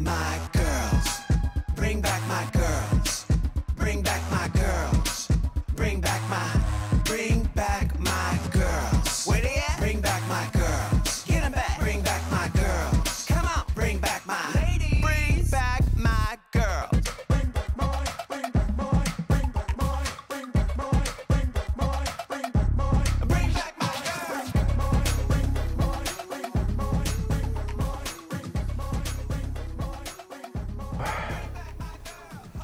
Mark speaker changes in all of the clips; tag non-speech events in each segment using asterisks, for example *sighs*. Speaker 1: my girls. Bring back my girls. Bring back my girls. Bring back my. Bring back my girls. Where they at? Bring back my girls. Get 'em back. Bring back my girls. Come on. Bring back my ladies. Bring back my girls. Bring back my girls.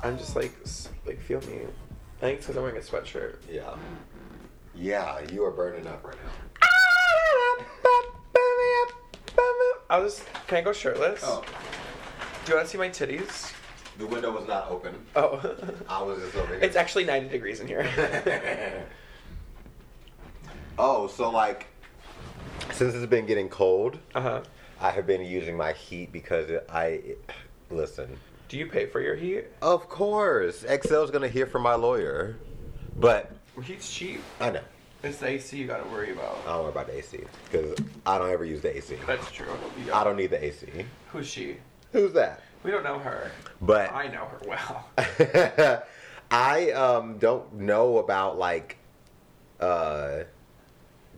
Speaker 2: I'm just like, s- like feel me. I think it's because I'm wearing a sweatshirt.
Speaker 3: Yeah. Yeah, you are burning up right now.
Speaker 2: I'll just. Can I go shirtless? Do you want to see my titties?
Speaker 3: The window was not open.
Speaker 2: Oh,
Speaker 3: I was just over here.
Speaker 2: *laughs* it's actually 90 degrees in *laughs* here.
Speaker 3: oh, so like, since it's been getting cold,
Speaker 2: Uh huh.
Speaker 3: I have been using my heat because it, I it- listen.
Speaker 2: Do you pay for your heat?
Speaker 3: Of course, Excel's gonna hear from my lawyer, but
Speaker 2: Heat's cheap.
Speaker 3: I know
Speaker 2: It's the AC you gotta worry
Speaker 3: I
Speaker 2: about.
Speaker 3: don't worry about the AC because I don't ever use the AC.
Speaker 2: That's true. You
Speaker 3: I
Speaker 2: don't-
Speaker 3: don't need the AC.
Speaker 2: Who's she?
Speaker 3: Who's that?
Speaker 2: We don't know her.
Speaker 3: But
Speaker 2: I know her *laughs* well.
Speaker 3: *laughs* I um, don't know about like uh,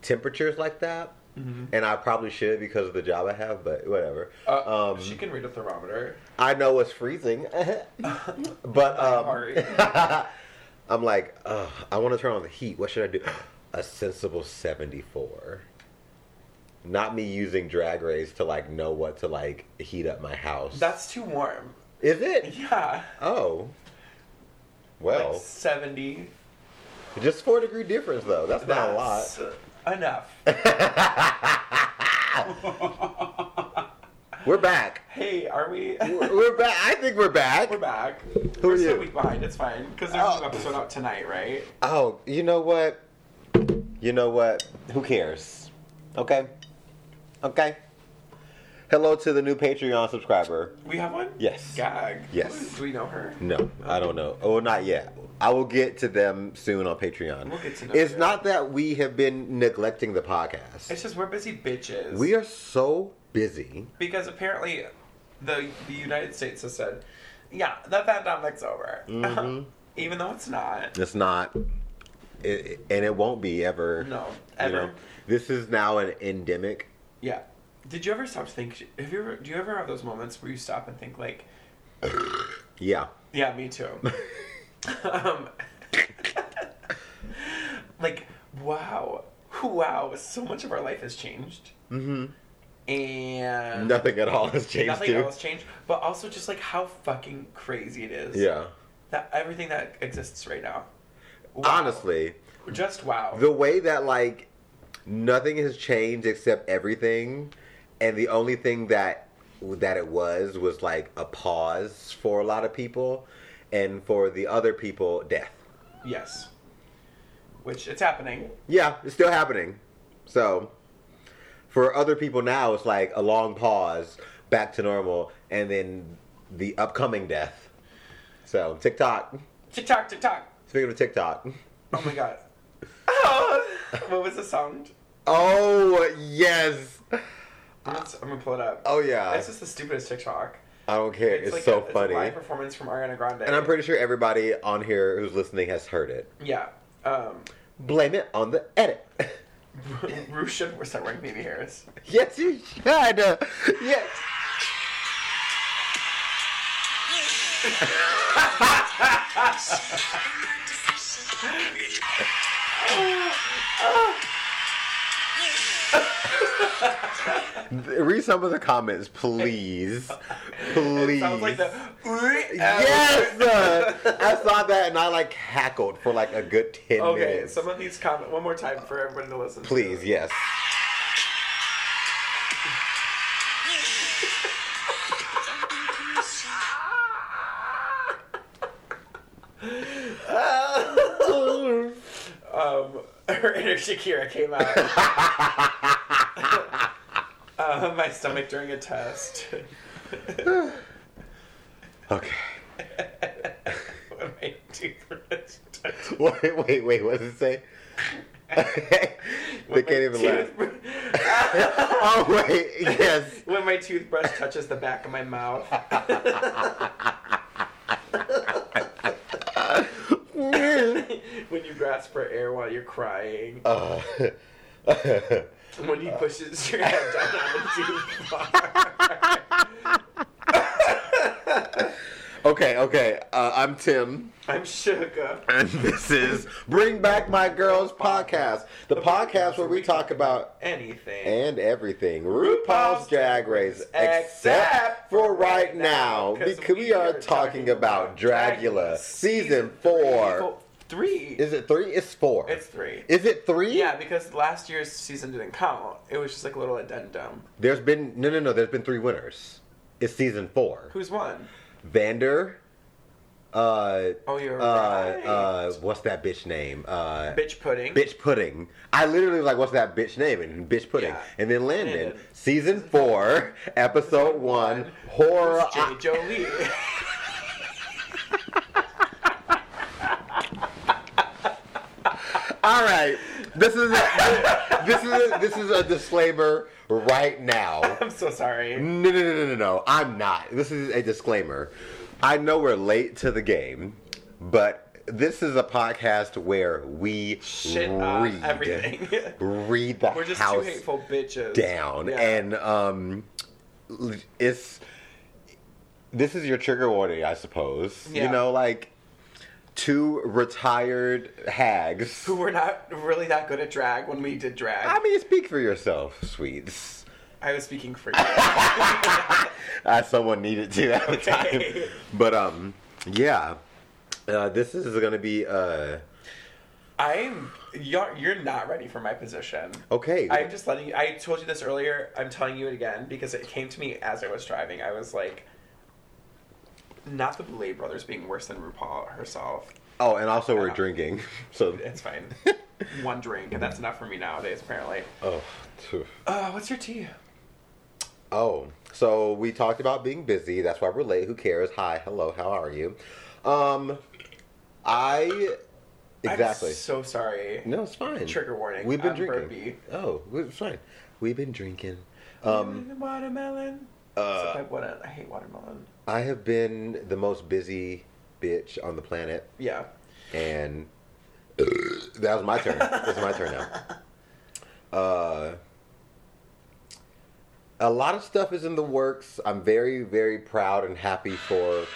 Speaker 3: temperatures like that, and I probably should because of the job I have. But whatever.
Speaker 2: Uh,
Speaker 3: um,
Speaker 2: she can read a thermometer.
Speaker 3: I know it's freezing, *laughs* but
Speaker 2: Sorry. *laughs*
Speaker 3: um, I'm like, Ugh, I want to turn on the heat. What should I do? *gasps* A sensible 74. Not me using drag race to like know what to like heat up my house.
Speaker 2: That's too warm. *laughs*
Speaker 3: is it.
Speaker 2: Yeah.
Speaker 3: Oh. Well,
Speaker 2: Like 70.
Speaker 3: just four degree difference though. That's, not a lot.
Speaker 2: lot. Enough.
Speaker 3: We're back.
Speaker 2: hey, are we?
Speaker 3: We're, we're back. I think we're back.
Speaker 2: *laughs* We're back.
Speaker 3: Who
Speaker 2: We're
Speaker 3: are
Speaker 2: still
Speaker 3: you?
Speaker 2: a week behind. It's fine because there's
Speaker 3: Oh.
Speaker 2: a new episode out tonight, right?
Speaker 3: Oh, you know what? You know what? Who cares? Okay. Okay. Hello to the new Patreon subscriber.
Speaker 2: We have one.
Speaker 3: Yes.
Speaker 2: Gag.
Speaker 3: Yes.
Speaker 2: Do we know her?
Speaker 3: No, I don't know. Oh, not yet. I will get to them soon on Patreon.
Speaker 2: We'll get to know
Speaker 3: it's
Speaker 2: them.
Speaker 3: not that we have been neglecting the podcast.
Speaker 2: It's just we're busy bitches.
Speaker 3: we are so busy.
Speaker 2: because apparently the the United States has said, yeah, the pandemic's over,
Speaker 3: Mm-hmm.
Speaker 2: *laughs* even though it's not.
Speaker 3: It's not, it, and it won't be ever.
Speaker 2: No,
Speaker 3: you
Speaker 2: ever.
Speaker 3: know? this is now an endemic.
Speaker 2: Yeah. Did you ever stop to think? Have you ever? Do you ever have those moments where you stop and think like,
Speaker 3: Yeah. *laughs*
Speaker 2: yeah, me too. um, *laughs* like, wow, wow, so much of our life has changed. Mm-hmm. And
Speaker 3: Nothing at all has changed.
Speaker 2: nothing
Speaker 3: too.
Speaker 2: else changed, but also just like how fucking crazy it is.
Speaker 3: Yeah.
Speaker 2: That everything that exists right now. Wow.
Speaker 3: Honestly,
Speaker 2: Just wow.
Speaker 3: the way that like nothing has changed except everything, and the only thing that that it was was like a pause for a lot of people, and for the other people, death.
Speaker 2: yes. Which it's happening.
Speaker 3: Yeah, it's still happening. So, for other people now, it's like a long pause, back to normal, and then the upcoming death. So, TikTok.
Speaker 2: TikTok, TikTok.
Speaker 3: Speaking of TikTok.
Speaker 2: Oh my
Speaker 3: *laughs*
Speaker 2: god. *laughs* Oh, what was the sound?
Speaker 3: Oh, yes.
Speaker 2: Let's- I'm gonna pull it up.
Speaker 3: Oh, yeah.
Speaker 2: This is the stupidest TikTok.
Speaker 3: I don't care. It's,
Speaker 2: like
Speaker 3: so
Speaker 2: a, it's a
Speaker 3: funny.
Speaker 2: live performance from Ariana Grande.
Speaker 3: and I'm pretty sure everybody on here who's listening has heard it.
Speaker 2: Yeah. Um, *laughs*
Speaker 3: Blame it on the edit. *laughs*
Speaker 2: Rue should start wearing baby hairs.
Speaker 3: yes, you should.
Speaker 2: *laughs*
Speaker 3: Yes. Read some of the comments, please. Please.
Speaker 2: It sounds like the. *laughs*
Speaker 3: *laughs* Yes! I saw that and I like hackled for like a good 10
Speaker 2: Okay,
Speaker 3: minutes.
Speaker 2: some of these comments. One more time for everybody to listen. to.
Speaker 3: Please, yes.
Speaker 2: *laughs* Um, her inner Shakira came
Speaker 3: *laughs*
Speaker 2: out. *laughs* uh, my stomach during a test. *laughs*
Speaker 3: Okay. *laughs*
Speaker 2: what am I doing?
Speaker 3: *laughs* Wait, wait, wait. What does it say? they can't even laugh. *laughs* oh wait,
Speaker 2: *laughs*
Speaker 3: yes. *laughs*
Speaker 2: when my toothbrush touches the back of my mouth. *laughs* when you grasp for air while you're crying.
Speaker 3: Uh, *laughs*
Speaker 2: When he pushes your head down on the toothbrush.
Speaker 3: okay, okay. Uh, I'm Tim,
Speaker 2: I'm sugar.
Speaker 3: and this is Bring Back My Girls podcast, the podcast where we talk about
Speaker 2: Anything.
Speaker 3: and everything RuPaul's Drag Race, except for right now, because we are talking about Dragula season four.
Speaker 2: Three.
Speaker 3: Is it three? It's four.
Speaker 2: It's three.
Speaker 3: Is it three?
Speaker 2: Yeah, because last year's season didn't count. It was just like a little addendum.
Speaker 3: There's been no, no, no. There's been three winners. It's season four.
Speaker 2: Who's won?
Speaker 3: Vander. Uh,
Speaker 2: Oh, you're
Speaker 3: uh,
Speaker 2: right.
Speaker 3: uh, what's that bitch name? Uh,
Speaker 2: Bitch pudding.
Speaker 3: bitch pudding. I literally was like, what's that bitch name? And bitch pudding.
Speaker 2: Yeah.
Speaker 3: And then Landon,
Speaker 2: Landon.
Speaker 3: season four, episode one, horror.
Speaker 2: It's J. Jolie. *laughs*
Speaker 3: All right, this is a, this is a, this is a disclaimer right now.
Speaker 2: I'm so sorry.
Speaker 3: No, no, no, no, no, no. I'm not. This is a disclaimer. I know we're late to the game, but this is a podcast where we
Speaker 2: Shit
Speaker 3: read
Speaker 2: on everything.
Speaker 3: *laughs* read the
Speaker 2: We're just two
Speaker 3: house
Speaker 2: hateful bitches.
Speaker 3: down,
Speaker 2: Yeah.
Speaker 3: and um, l- it's this is your trigger warning, I suppose. You
Speaker 2: Yeah.
Speaker 3: know, like two retired hags.
Speaker 2: who were not really that good at drag when we did drag.
Speaker 3: I mean, speak for yourself, sweets.
Speaker 2: I was speaking for you.
Speaker 3: *laughs* as someone needed to *laughs* at
Speaker 2: *laughs*
Speaker 3: the
Speaker 2: Okay.
Speaker 3: time. But um, yeah, uh, this is gonna be uh
Speaker 2: I'm you're, you're not ready for my position.
Speaker 3: okay.
Speaker 2: I'm just letting you. I told you this earlier. I'm telling you it again because it came to me as I was driving. I was like, not the Belay brothers being worse than RuPaul herself.
Speaker 3: oh, and also we're
Speaker 2: Yeah.
Speaker 3: drinking, *laughs* so
Speaker 2: It's
Speaker 3: *laughs*
Speaker 2: fine. One drink, and that's enough for me nowadays, apparently.
Speaker 3: oh, phew.
Speaker 2: Uh, what's your tea?
Speaker 3: oh. So we talked about being busy. That's why we're late. Who cares? Hi, hello, how are you? Um, I exactly.
Speaker 2: I'm so sorry.
Speaker 3: No, it's fine.
Speaker 2: Trigger warning.
Speaker 3: We've been
Speaker 2: I'm
Speaker 3: drinking.
Speaker 2: burpy.
Speaker 3: Oh, it's fine. We've been drinking. Um,
Speaker 2: watermelon.
Speaker 3: uh,
Speaker 2: Except I wouldn't. I hate watermelon.
Speaker 3: I have been the most busy bitch on the planet.
Speaker 2: Yeah.
Speaker 3: and uh, that was my turn. It's my turn now. Uh, a lot of stuff is in the works. I'm very, very proud and happy for.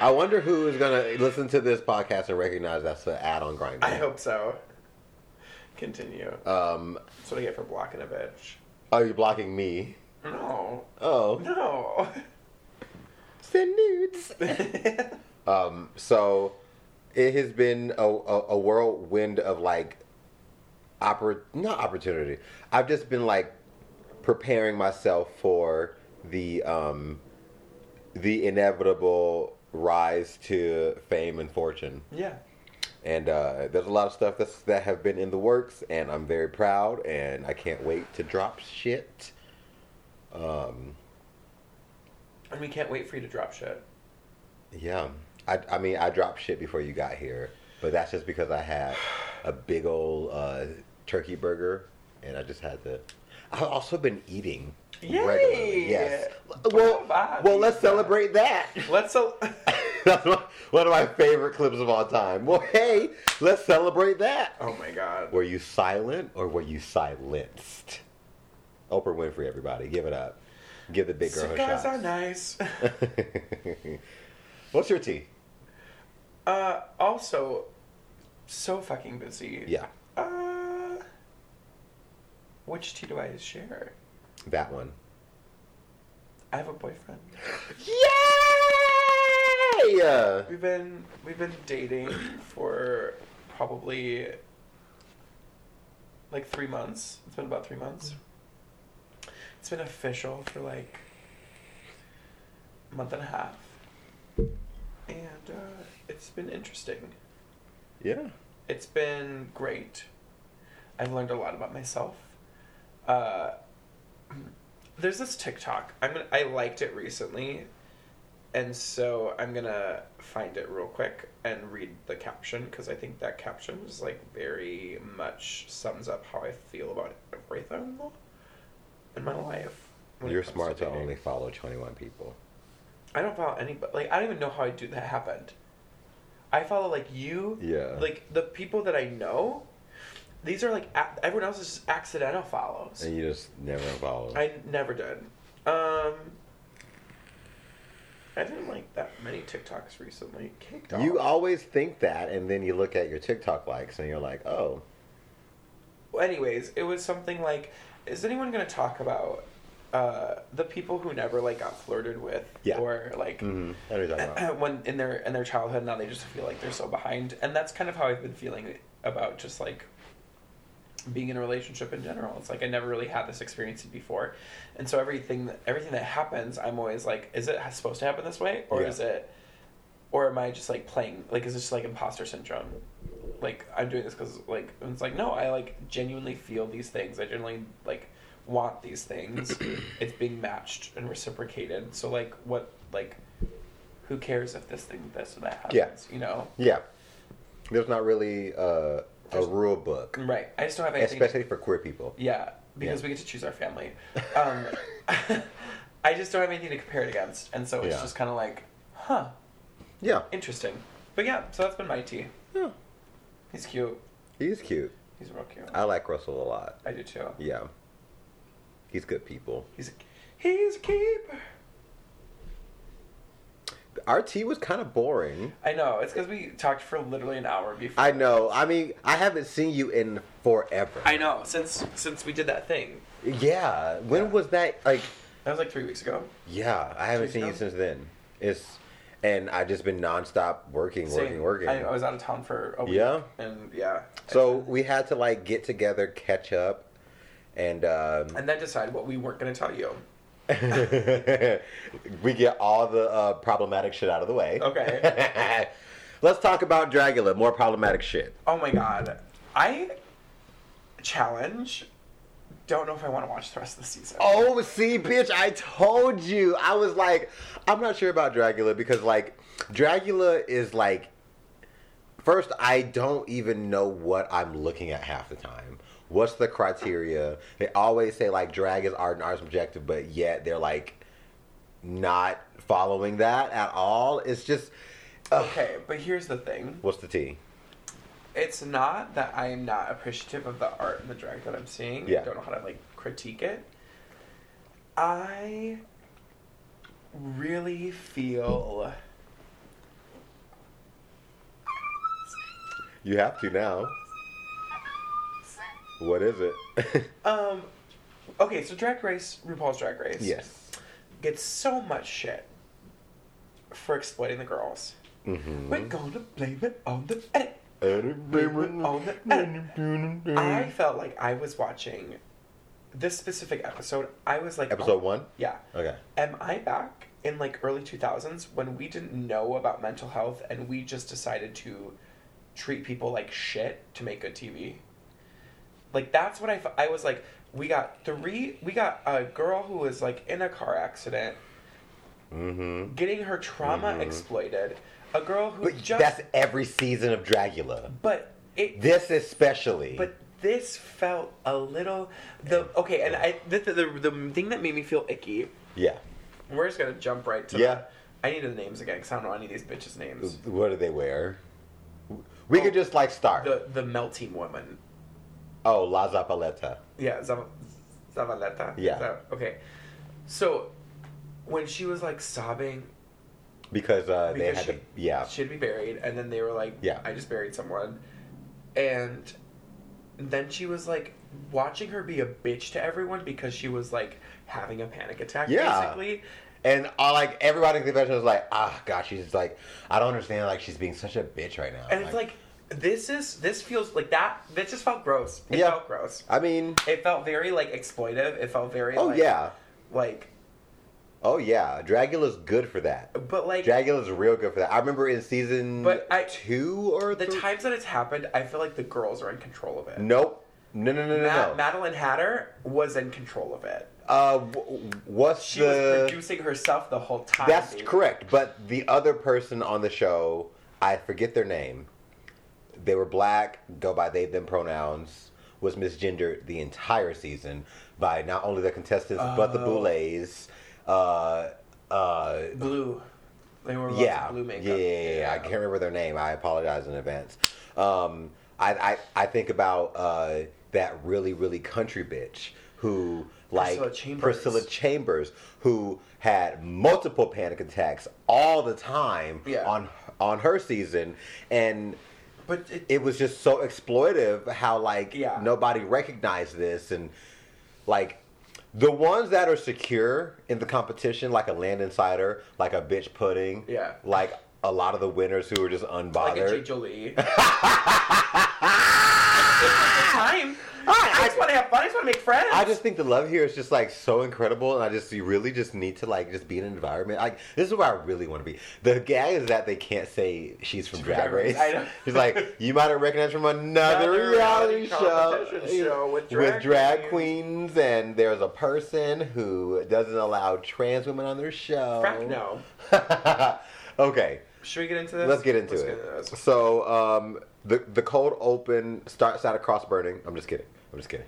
Speaker 3: I wonder who is gonna listen to this podcast and recognize that's an ad on Grindr.
Speaker 2: I hope so. Continue.
Speaker 3: Um,
Speaker 2: That's what I get for blocking a bitch.
Speaker 3: are you blocking me?
Speaker 2: No.
Speaker 3: Oh,
Speaker 2: No. *laughs*
Speaker 3: send nudes. *laughs* Um, so it has been a, a, a whirlwind of like, oppor- not opportunity. I've just been like preparing myself for the um, the inevitable rise to fame and fortune.
Speaker 2: yeah.
Speaker 3: And uh, there's a lot of stuff that's, that have been in the works, and I'm very proud, and I can't wait to drop shit. Um,
Speaker 2: And we can't wait for you to drop shit.
Speaker 3: Yeah. I, I mean, I dropped shit before you got here, but that's just because I had a big old uh, turkey burger and I just had to. I've also been eating regularly.
Speaker 2: Yay!
Speaker 3: Yes. Well,
Speaker 2: Wow, Bobby.
Speaker 3: well, let's celebrate that. *laughs*
Speaker 2: Let's so.
Speaker 3: that's one one of my favorite clips of all time. Well, hey, let's celebrate that.
Speaker 2: *laughs* oh my god.
Speaker 3: Were you silent or were you silenced? Oprah Winfrey, everybody, give it up. Give the big girl
Speaker 2: You
Speaker 3: her
Speaker 2: guys
Speaker 3: shot.
Speaker 2: are nice. *laughs*
Speaker 3: *laughs* What's your tea?
Speaker 2: Uh, also, so fucking busy.
Speaker 3: Yeah.
Speaker 2: Uh, which tea do I share?
Speaker 3: That one.
Speaker 2: I have a boyfriend.
Speaker 3: Yay! Uh,
Speaker 2: We've been we've been dating for probably like three months. It's been about three months. It's been official for like a month and a half, and uh, it's been interesting.
Speaker 3: yeah.
Speaker 2: It's been great. I've learned a lot about myself. Uh, there's this TikTok. I'm gonna, I liked it recently. And so I'm gonna find it real quick and read the caption because I think that caption was like very much sums up how I feel about everything in my life. when it
Speaker 3: You're
Speaker 2: comes
Speaker 3: smart to
Speaker 2: dating.
Speaker 3: only follow 21 people.
Speaker 2: I don't follow anybody. Like I don't even know how I do that happened. I follow like you.
Speaker 3: Yeah.
Speaker 2: Like the people that I know. These are like a- everyone else is just accidental follows.
Speaker 3: And you just never follow.
Speaker 2: I never did. Um, I didn't like that many TikToks recently. Kicked
Speaker 3: You
Speaker 2: off.
Speaker 3: always think that, and then you look at your TikTok likes, and you're like, oh,
Speaker 2: Well, Anyways, it was something like, is anyone gonna talk about uh, the people who never like got flirted with
Speaker 3: Yeah.
Speaker 2: or like
Speaker 3: mm I know what you're talking
Speaker 2: *clears throat*
Speaker 3: about.
Speaker 2: when in their in their childhood now they just feel like they're so behind, and that's kind of how I've been feeling about just like being in a relationship in general. It's like I never really had this experience before, and so everything that, everything that happens, I'm always like, is it supposed to happen this way, or
Speaker 3: Yeah.
Speaker 2: is it, or am I just like playing? Like, is this like imposter syndrome? Like I'm doing this because like and it's like no, I like genuinely feel these things. I genuinely like want these
Speaker 3: *coughs*
Speaker 2: things. it's being matched and reciprocated. So like what like. Who cares if this thing, this or that happens?
Speaker 3: Yeah.
Speaker 2: You know,
Speaker 3: Yeah. There's not really uh, a
Speaker 2: There's-
Speaker 3: rule book,
Speaker 2: right? I just don't have anything.
Speaker 3: especially for queer people.
Speaker 2: Yeah, because
Speaker 3: Yeah.
Speaker 2: we get to choose our family.
Speaker 3: *laughs*
Speaker 2: Um, *laughs* I just don't have anything to compare it against, and so it's
Speaker 3: Yeah.
Speaker 2: just kind of like, huh,
Speaker 3: Yeah.
Speaker 2: interesting. But yeah, so that's been my tea.
Speaker 3: Yeah.
Speaker 2: He's cute.
Speaker 3: He's cute.
Speaker 2: He's real cute.
Speaker 3: I like Russell a lot.
Speaker 2: I do too.
Speaker 3: Yeah. He's good people.
Speaker 2: He's a, he's a keeper.
Speaker 3: Our tea was kind of boring.
Speaker 2: I know. It's because we talked for literally an hour before.
Speaker 3: I know. I mean, I haven't seen you in forever.
Speaker 2: I know. Since since we did that thing,
Speaker 3: Yeah. When
Speaker 2: Yeah.
Speaker 3: was that? Like,
Speaker 2: that was like three weeks ago.
Speaker 3: yeah, I haven't
Speaker 2: Sweet
Speaker 3: seen you
Speaker 2: Gum?
Speaker 3: since then. It's, and I've just been nonstop working, working,
Speaker 2: Same.
Speaker 3: working.
Speaker 2: I, I was out of town for a week.
Speaker 3: Yeah?
Speaker 2: And yeah.
Speaker 3: so we had to like get together, catch up, and um, *laughs*
Speaker 2: and then decide what we weren't going to tell you.
Speaker 3: we get all the uh, problematic shit out of the way.
Speaker 2: Okay.
Speaker 3: *laughs* Let's talk about Dragula. More problematic shit.
Speaker 2: Oh my god. I challenge. Don't know if I want to watch the rest of the season.
Speaker 3: Oh, see, bitch, I told you. I was like, I'm not sure about Dragula because, like, Dragula is like, first, I don't even know what I'm looking at half the time. What's the criteria? They always say, like, drag is art and art is subjective, but yet they're like, not following that at all. It's just, ugh.
Speaker 2: Okay, but here's the thing.
Speaker 3: What's the T?
Speaker 2: It's not that I am not appreciative of the art and the drag that I'm seeing.
Speaker 3: Yeah.
Speaker 2: I don't know how to like critique it. I really feel
Speaker 3: You have to now. What is it? *laughs*
Speaker 2: um okay, so Drag Race, RuPaul's Drag Race.
Speaker 3: yes.
Speaker 2: Gets so much shit for exploiting the girls.
Speaker 3: Mm-hmm.
Speaker 2: We're gonna blame it on the edit. I felt like I was watching this specific episode. I was like, oh,
Speaker 3: Episode one?
Speaker 2: Yeah.
Speaker 3: Okay.
Speaker 2: Am I back in like early 2000s when we didn't know about mental health and we just decided to treat people like shit to make good TV? Like, that's what I fe- I was like, we got three, we got a girl who was like in a car accident,
Speaker 3: Mm-hmm.
Speaker 2: getting her trauma exploited. A girl who
Speaker 3: But
Speaker 2: just.
Speaker 3: that's every season of Dragula.
Speaker 2: but it
Speaker 3: This especially.
Speaker 2: But this felt a little the okay, and I the the, the, the thing that made me feel icky.
Speaker 3: yeah.
Speaker 2: We're just gonna jump right to
Speaker 3: Yeah.
Speaker 2: The, I need the names again because I don't know any of these bitches' names.
Speaker 3: What do they wear? We could just like start.
Speaker 2: Oh, The the melting woman.
Speaker 3: oh, La Zapaleta.
Speaker 2: Yeah, Zav- Zavaleta.
Speaker 3: Yeah.
Speaker 2: Zav- okay, so when she was like sobbing
Speaker 3: Because uh, they
Speaker 2: Because
Speaker 3: had to.
Speaker 2: she-
Speaker 3: Yeah.
Speaker 2: she'd be buried, and then they were like,
Speaker 3: Yeah.
Speaker 2: I just buried someone," and then she was like watching her be a bitch to everyone because she was like having a panic attack
Speaker 3: Yeah.
Speaker 2: basically
Speaker 3: And all, like everybody in the convention was like, ah, gosh, she's like, I don't understand. Like she's being such a bitch right now.
Speaker 2: And it's like this is this feels like that. That just felt gross. It
Speaker 3: Yeah.
Speaker 2: felt gross.
Speaker 3: I mean,
Speaker 2: It felt very like exploitive. It felt very.
Speaker 3: oh
Speaker 2: like,
Speaker 3: yeah,
Speaker 2: Like,
Speaker 3: oh yeah. Dragula's good for that.
Speaker 2: but like
Speaker 3: Dragula's real good for that. I remember in season
Speaker 2: But I-
Speaker 3: two or
Speaker 2: the
Speaker 3: three-
Speaker 2: times that it's happened, I feel like the girls are in control of it.
Speaker 3: Nope. No, no, no, no,
Speaker 2: Ma-
Speaker 3: no.
Speaker 2: Madeline Hatter was in control of it.
Speaker 3: Uh, w- what's
Speaker 2: She
Speaker 3: the?
Speaker 2: was producing herself the whole time.
Speaker 3: That's
Speaker 2: dude.
Speaker 3: correct. But the other person on the show, I forget their name. They were black, go by they them pronouns, was misgendered the entire season by not only the contestants but the
Speaker 2: Oh.
Speaker 3: Boulets. Uh, uh,
Speaker 2: Blue. They were yeah.
Speaker 3: yeah.
Speaker 2: blue makeup.
Speaker 3: yeah, yeah, yeah, I can't remember their name. I apologize in advance. Um, I, I I think about uh, that really really country bitch who like
Speaker 2: Priscilla Chambers.
Speaker 3: Priscilla Chambers who had multiple panic attacks all the time
Speaker 2: Yeah.
Speaker 3: on on her season and
Speaker 2: But it,
Speaker 3: it was just so exploitive how like
Speaker 2: Yeah.
Speaker 3: nobody recognized this and like the ones that are secure in the competition like a land insider like a bitch pudding
Speaker 2: Yeah.
Speaker 3: like a lot of the winners who are just
Speaker 2: like a J.
Speaker 3: unbothered *laughs*
Speaker 2: Jolie. it's time. I, just want to have fun. I just want to make friends.
Speaker 3: I just think the love here is just like so incredible, and I just you really just need to like just be in an environment like this is where I really want to be. The gag is that they can't say she's from Drag
Speaker 2: Drag Race.
Speaker 3: Race.
Speaker 2: I
Speaker 3: *laughs*
Speaker 2: know.
Speaker 3: He's like, you might have recognized from another,
Speaker 2: Another
Speaker 3: reality,
Speaker 2: reality
Speaker 3: show,
Speaker 2: competition show with drag
Speaker 3: queens. and there's a person who doesn't allow trans women on their show.
Speaker 2: Frack no.
Speaker 3: *laughs* okay,
Speaker 2: Should we get into this?
Speaker 3: let's get into
Speaker 2: Let's
Speaker 3: it.
Speaker 2: this.
Speaker 3: so um, the the cold open starts out of cross burning. I'm just kidding. I'm
Speaker 2: *laughs*
Speaker 3: just kidding.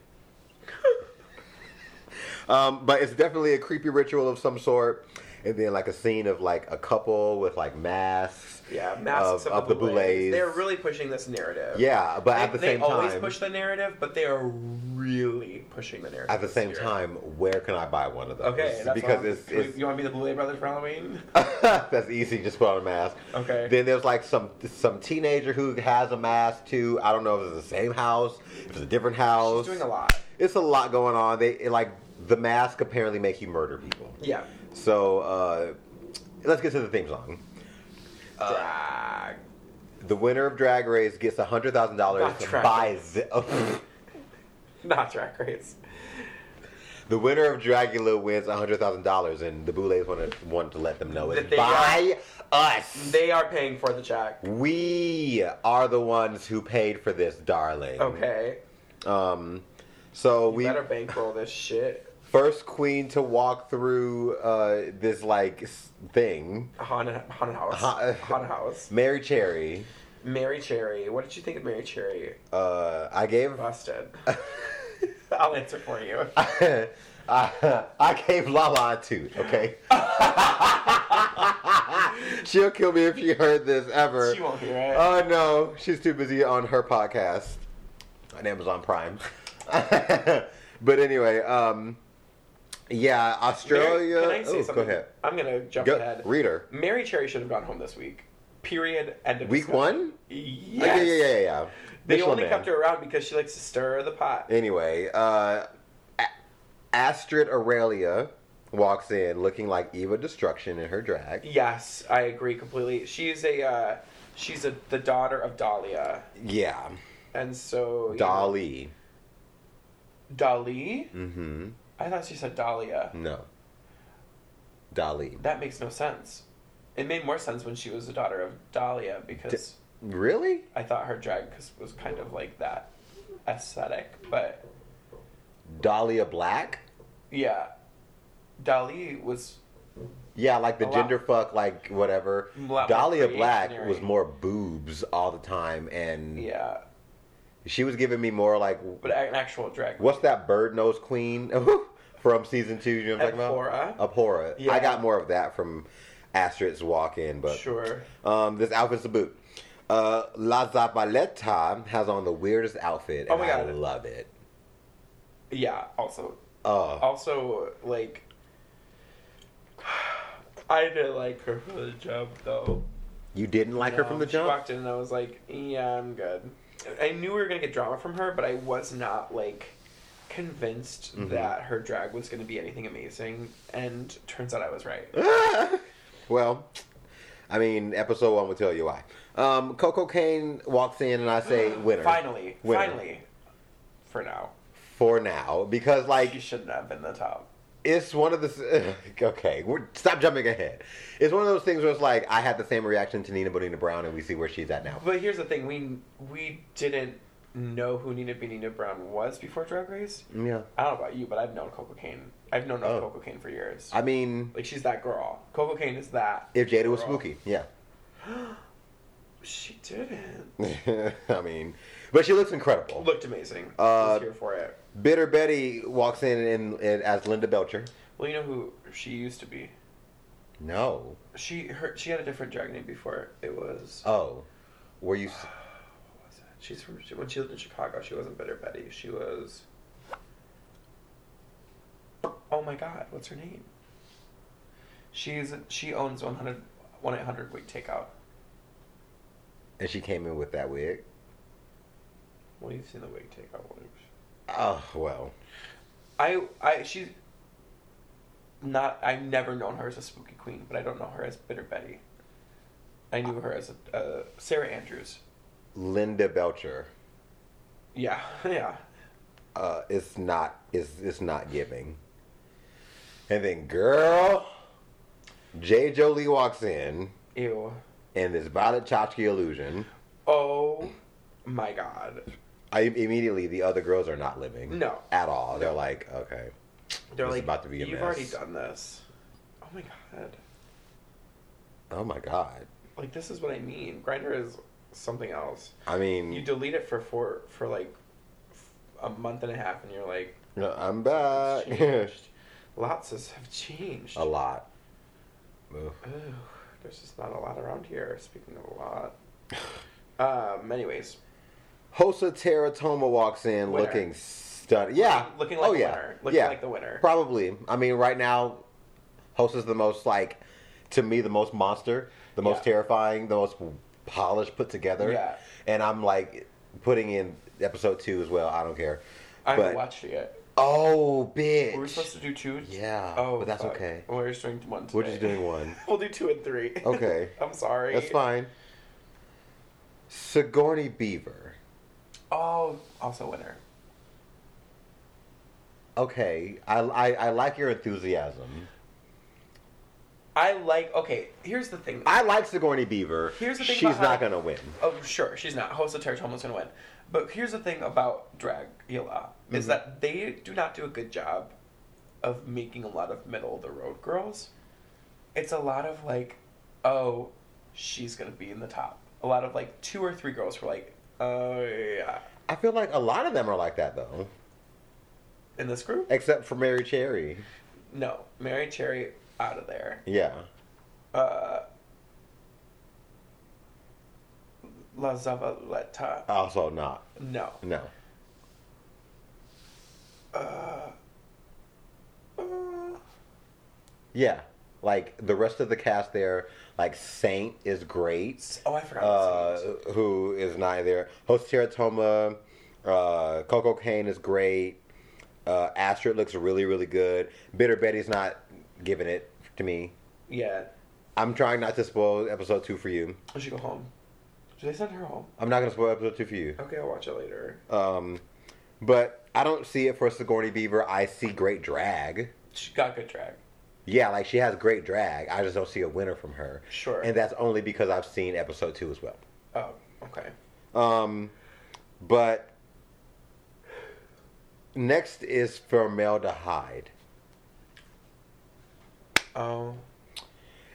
Speaker 3: um, but it's definitely a creepy ritual of some sort, and then like a scene of like a couple with like masks.
Speaker 2: Yeah, masks
Speaker 3: of,
Speaker 2: of,
Speaker 3: of the boulets.
Speaker 2: They're really pushing this narrative.
Speaker 3: yeah, but
Speaker 2: They,
Speaker 3: at the
Speaker 2: they
Speaker 3: same
Speaker 2: always
Speaker 3: time,
Speaker 2: push the narrative, but they are really pushing the narrative.
Speaker 3: at the
Speaker 2: this
Speaker 3: same
Speaker 2: year.
Speaker 3: time, where can I buy one of those?
Speaker 2: Okay, that's
Speaker 3: because
Speaker 2: all.
Speaker 3: it's,
Speaker 2: Can we-
Speaker 3: it's
Speaker 2: you want to be the Boulet Brothers for
Speaker 3: *laughs*
Speaker 2: Halloween?
Speaker 3: That's easy. Just put on a mask.
Speaker 2: Okay.
Speaker 3: Then there's like some some teenager who has a mask too. I don't know if it's the same house, if it's a different house.
Speaker 2: She's doing a lot.
Speaker 3: It's a lot going on. They it, like the mask apparently make you murder people.
Speaker 2: Yeah.
Speaker 3: So uh, let's get to the theme song.
Speaker 2: Drag.
Speaker 3: The winner of Drag Race gets hundred thousand dollars
Speaker 2: Not Drag
Speaker 3: by Zi- oh,
Speaker 2: Not drag race.
Speaker 3: *laughs* the winner of Dragula wins hundred thousand dollars, and the Boulets want to want to let them know
Speaker 2: That
Speaker 3: it's
Speaker 2: they
Speaker 3: by us.
Speaker 2: They are paying for the check.
Speaker 3: We are the ones who paid for this, darling.
Speaker 2: Okay.
Speaker 3: Um, so
Speaker 2: We
Speaker 3: Mm-hmm.
Speaker 2: better
Speaker 3: we
Speaker 2: bankroll this shit.
Speaker 3: first queen to walk through uh, this like s- thing,
Speaker 2: Haunted, haunted house.
Speaker 3: Ha- uh,
Speaker 2: haunted house.
Speaker 3: Mary Cherry.
Speaker 2: Mary Cherry. What did you think of Mary Cherry?
Speaker 3: Uh, I gave
Speaker 2: Busted. I'll answer for you.
Speaker 3: I, *laughs* I gave Lala a
Speaker 2: *laughs*
Speaker 3: toot. Okay. *laughs* She'll kill me if she heard this ever.
Speaker 2: She won't
Speaker 3: *laughs*
Speaker 2: hear it.
Speaker 3: Oh no, she's too busy on her podcast on Amazon Prime. *laughs* but anyway, um, yeah, Australia.
Speaker 2: Mary- can I say
Speaker 3: oh,
Speaker 2: something?
Speaker 3: go ahead.
Speaker 2: I'm gonna jump
Speaker 3: Go,
Speaker 2: ahead.
Speaker 3: reader.
Speaker 2: Mary Cherry should have gone home this week. Period. End of
Speaker 3: Week
Speaker 2: discussion.
Speaker 3: one?
Speaker 2: Yes.
Speaker 3: Oh, yeah, yeah, yeah, yeah, yeah.
Speaker 2: They
Speaker 3: Michelin
Speaker 2: only
Speaker 3: Man.
Speaker 2: kept her around because she likes to stir the pot.
Speaker 3: Anyway, uh, A- Astrid Aurelia walks in looking like Eva Destruction in her drag.
Speaker 2: Yes, I agree completely. She's a uh, she's a the daughter of Dahlia,
Speaker 3: Yeah,
Speaker 2: and so you know-
Speaker 3: Dolly.
Speaker 2: Dali.
Speaker 3: Mm-hmm.
Speaker 2: I thought she said Dahlia.
Speaker 3: No, Dolly.
Speaker 2: That makes no sense. It made more sense when she was the daughter of Dahlia because
Speaker 3: Really?
Speaker 2: I thought her drag cause was kind of like that aesthetic. But
Speaker 3: Dahlia Black?
Speaker 2: yeah, Dali was
Speaker 3: Yeah, like the
Speaker 2: A lot-
Speaker 3: gender fuck, like whatever.
Speaker 2: A lot more
Speaker 3: Dahlia Black
Speaker 2: creationary.
Speaker 3: was more boobs all the time, and
Speaker 2: yeah,
Speaker 3: she was giving me more like
Speaker 2: but an actual drag.
Speaker 3: what's that bird nose queen *laughs* from season two? You know what I'm talking about? Abhora.
Speaker 2: Yeah.
Speaker 3: I got more of that from Astrid's walk in, but
Speaker 2: Sure.
Speaker 3: um, this outfit's a boot. Uh, La Zapaleta has on the weirdest outfit, and
Speaker 2: Oh my
Speaker 3: I
Speaker 2: God.
Speaker 3: love it.
Speaker 2: Yeah. Also,
Speaker 3: Oh,
Speaker 2: also like *sighs* I didn't like her for the jump though.
Speaker 3: you didn't like her
Speaker 2: No,
Speaker 3: from the
Speaker 2: She
Speaker 3: jump?
Speaker 2: walked in and I was like, yeah, I'm good. I knew we were gonna get drama from her, but I was not like convinced
Speaker 3: Mm-hmm.
Speaker 2: that her drag was gonna be anything amazing. And turns out I was right.
Speaker 3: Well, I mean, episode one will tell you why. Um, Coco Kane walks in and I
Speaker 2: *gasps*
Speaker 3: say winner.
Speaker 2: Finally,
Speaker 3: Winner.
Speaker 2: finally, for now,
Speaker 3: For now, because
Speaker 2: she
Speaker 3: like
Speaker 2: shouldn't have been the top.
Speaker 3: it's one of the *laughs* okay. We're, stop jumping ahead. It's one of those things where it's like I had the same reaction to Nina Bonina Brown, and we see where she's at now.
Speaker 2: But here's the thing: we we didn't know who Nina Benina Brown was before Drag Race.
Speaker 3: Yeah.
Speaker 2: I don't know about you, but I've known Coco Kane. I've known
Speaker 3: Oh.
Speaker 2: Coco Kane for years.
Speaker 3: I mean,
Speaker 2: like she's that girl. Coco Kane is that.
Speaker 3: if Jada was
Speaker 2: girl.
Speaker 3: spooky, yeah. *laughs*
Speaker 2: she didn't.
Speaker 3: I mean, but she looks incredible.
Speaker 2: Looked amazing. I
Speaker 3: Uh,
Speaker 2: was here for it.
Speaker 3: Bitter Betty walks in and, and as Linda Belcher.
Speaker 2: Well, you know who she used to be.
Speaker 3: No.
Speaker 2: She her she had a different drag name before. It was
Speaker 3: Oh, were you? s-
Speaker 2: what was it? She's from she, when she lived in Chicago. She wasn't Bitter Betty. She was. Oh my God! What's her name? She's she owns 100 one eight hundred wig takeout.
Speaker 3: And she came in with that wig.
Speaker 2: Well, you've seen the wig takeout wigs.
Speaker 3: Oh well.
Speaker 2: I I she's not I've never known her as a spooky queen, but I don't know her as Bitter Betty. I knew her as a, uh, Sarah Andrews.
Speaker 3: Linda Belcher
Speaker 2: Yeah, *laughs* yeah.
Speaker 3: uh, is not is is not giving. And then girl, J. Jolie walks in
Speaker 2: Ew.
Speaker 3: and this Violet Chachki illusion.
Speaker 2: Oh my god.
Speaker 3: I immediately the other girls are not living.
Speaker 2: No.
Speaker 3: At all. They're like, okay.
Speaker 2: They're
Speaker 3: It's
Speaker 2: like
Speaker 3: about to be a
Speaker 2: you've
Speaker 3: mess."
Speaker 2: already done this. Oh my god.
Speaker 3: Oh my god.
Speaker 2: Like this is what I mean. Grinder is something else.
Speaker 3: I mean,
Speaker 2: You delete it for four for like f- a month and a half, and you're like,
Speaker 3: I'm
Speaker 2: it's
Speaker 3: *laughs* back.
Speaker 2: changed. Lots has have changed.
Speaker 3: Uh, a lot. Ugh.
Speaker 2: Ugh, there's just not a lot around here. Speaking of a lot,
Speaker 3: *sighs*
Speaker 2: um. Anyways,
Speaker 3: Hosa Teratoma walks in
Speaker 2: Winner.
Speaker 3: looking stunning. Yeah,
Speaker 2: Looking like
Speaker 3: oh
Speaker 2: the
Speaker 3: yeah,
Speaker 2: winner. Looking
Speaker 3: yeah.
Speaker 2: like the winner.
Speaker 3: Probably. I mean, right now, Hosa's the most like, to me, the most monster, the most
Speaker 2: Yeah.
Speaker 3: terrifying, the most polished, put together.
Speaker 2: Yeah.
Speaker 3: And I'm like putting in episode two as well. I don't care.
Speaker 2: I haven't
Speaker 3: but
Speaker 2: watched it yet.
Speaker 3: oh, bitch.
Speaker 2: Were we supposed to do two?
Speaker 3: Yeah,
Speaker 2: Oh,
Speaker 3: but that's
Speaker 2: fuck.
Speaker 3: okay.
Speaker 2: We're just doing one.
Speaker 3: We're just
Speaker 2: today.
Speaker 3: doing one.
Speaker 2: *laughs* We'll do two and three.
Speaker 3: Okay.
Speaker 2: *laughs* I'm sorry.
Speaker 3: That's fine. Sigourney Beaver.
Speaker 2: Oh, also winner.
Speaker 3: Okay, I, I, I like your enthusiasm.
Speaker 2: I like. Okay, here's the thing.
Speaker 3: I like Sigourney Beaver.
Speaker 2: Here's the thing
Speaker 3: She's
Speaker 2: about
Speaker 3: not
Speaker 2: how-
Speaker 3: gonna win.
Speaker 2: Oh, sure, she's not. Hosa Teratoma's gonna win. But here's the thing about Drag Yala is that they do not do a good job of making a lot of middle of the road girls. It's a lot of like, oh, she's gonna be in the top. A lot of like two or three girls were like, oh yeah,
Speaker 3: I feel like a lot of them are like that though,
Speaker 2: in this group.
Speaker 3: except for Mary Cherry.
Speaker 2: No, Mary Cherry out of there.
Speaker 3: Yeah,
Speaker 2: Uh, La Zavaleta.
Speaker 3: also not.
Speaker 2: No.
Speaker 3: No,
Speaker 2: Uh, uh,
Speaker 3: yeah, like the rest of the cast there, like Saint is great.
Speaker 2: Oh, I forgot.
Speaker 3: Uh,
Speaker 2: about Saint.
Speaker 3: who is not there? Host Teratoma, uh, Coco Kane is great. Uh, Astrid looks really, really good. Bitter Betty's not giving it to me.
Speaker 2: yeah,
Speaker 3: I'm trying not to spoil episode two for you.
Speaker 2: we should go home. Should I send her home?
Speaker 3: I'm not gonna spoil episode two for you.
Speaker 2: Okay, I'll watch it later.
Speaker 3: Um, but I don't see it for Sigourney Beaver. I see great drag.
Speaker 2: She got good drag.
Speaker 3: Yeah, like she has great drag. I just don't see a winner from her.
Speaker 2: Sure.
Speaker 3: And that's only because I've seen episode two as well.
Speaker 2: Oh, okay.
Speaker 3: Um, but next is formaldehyde.
Speaker 2: Oh,
Speaker 3: Um,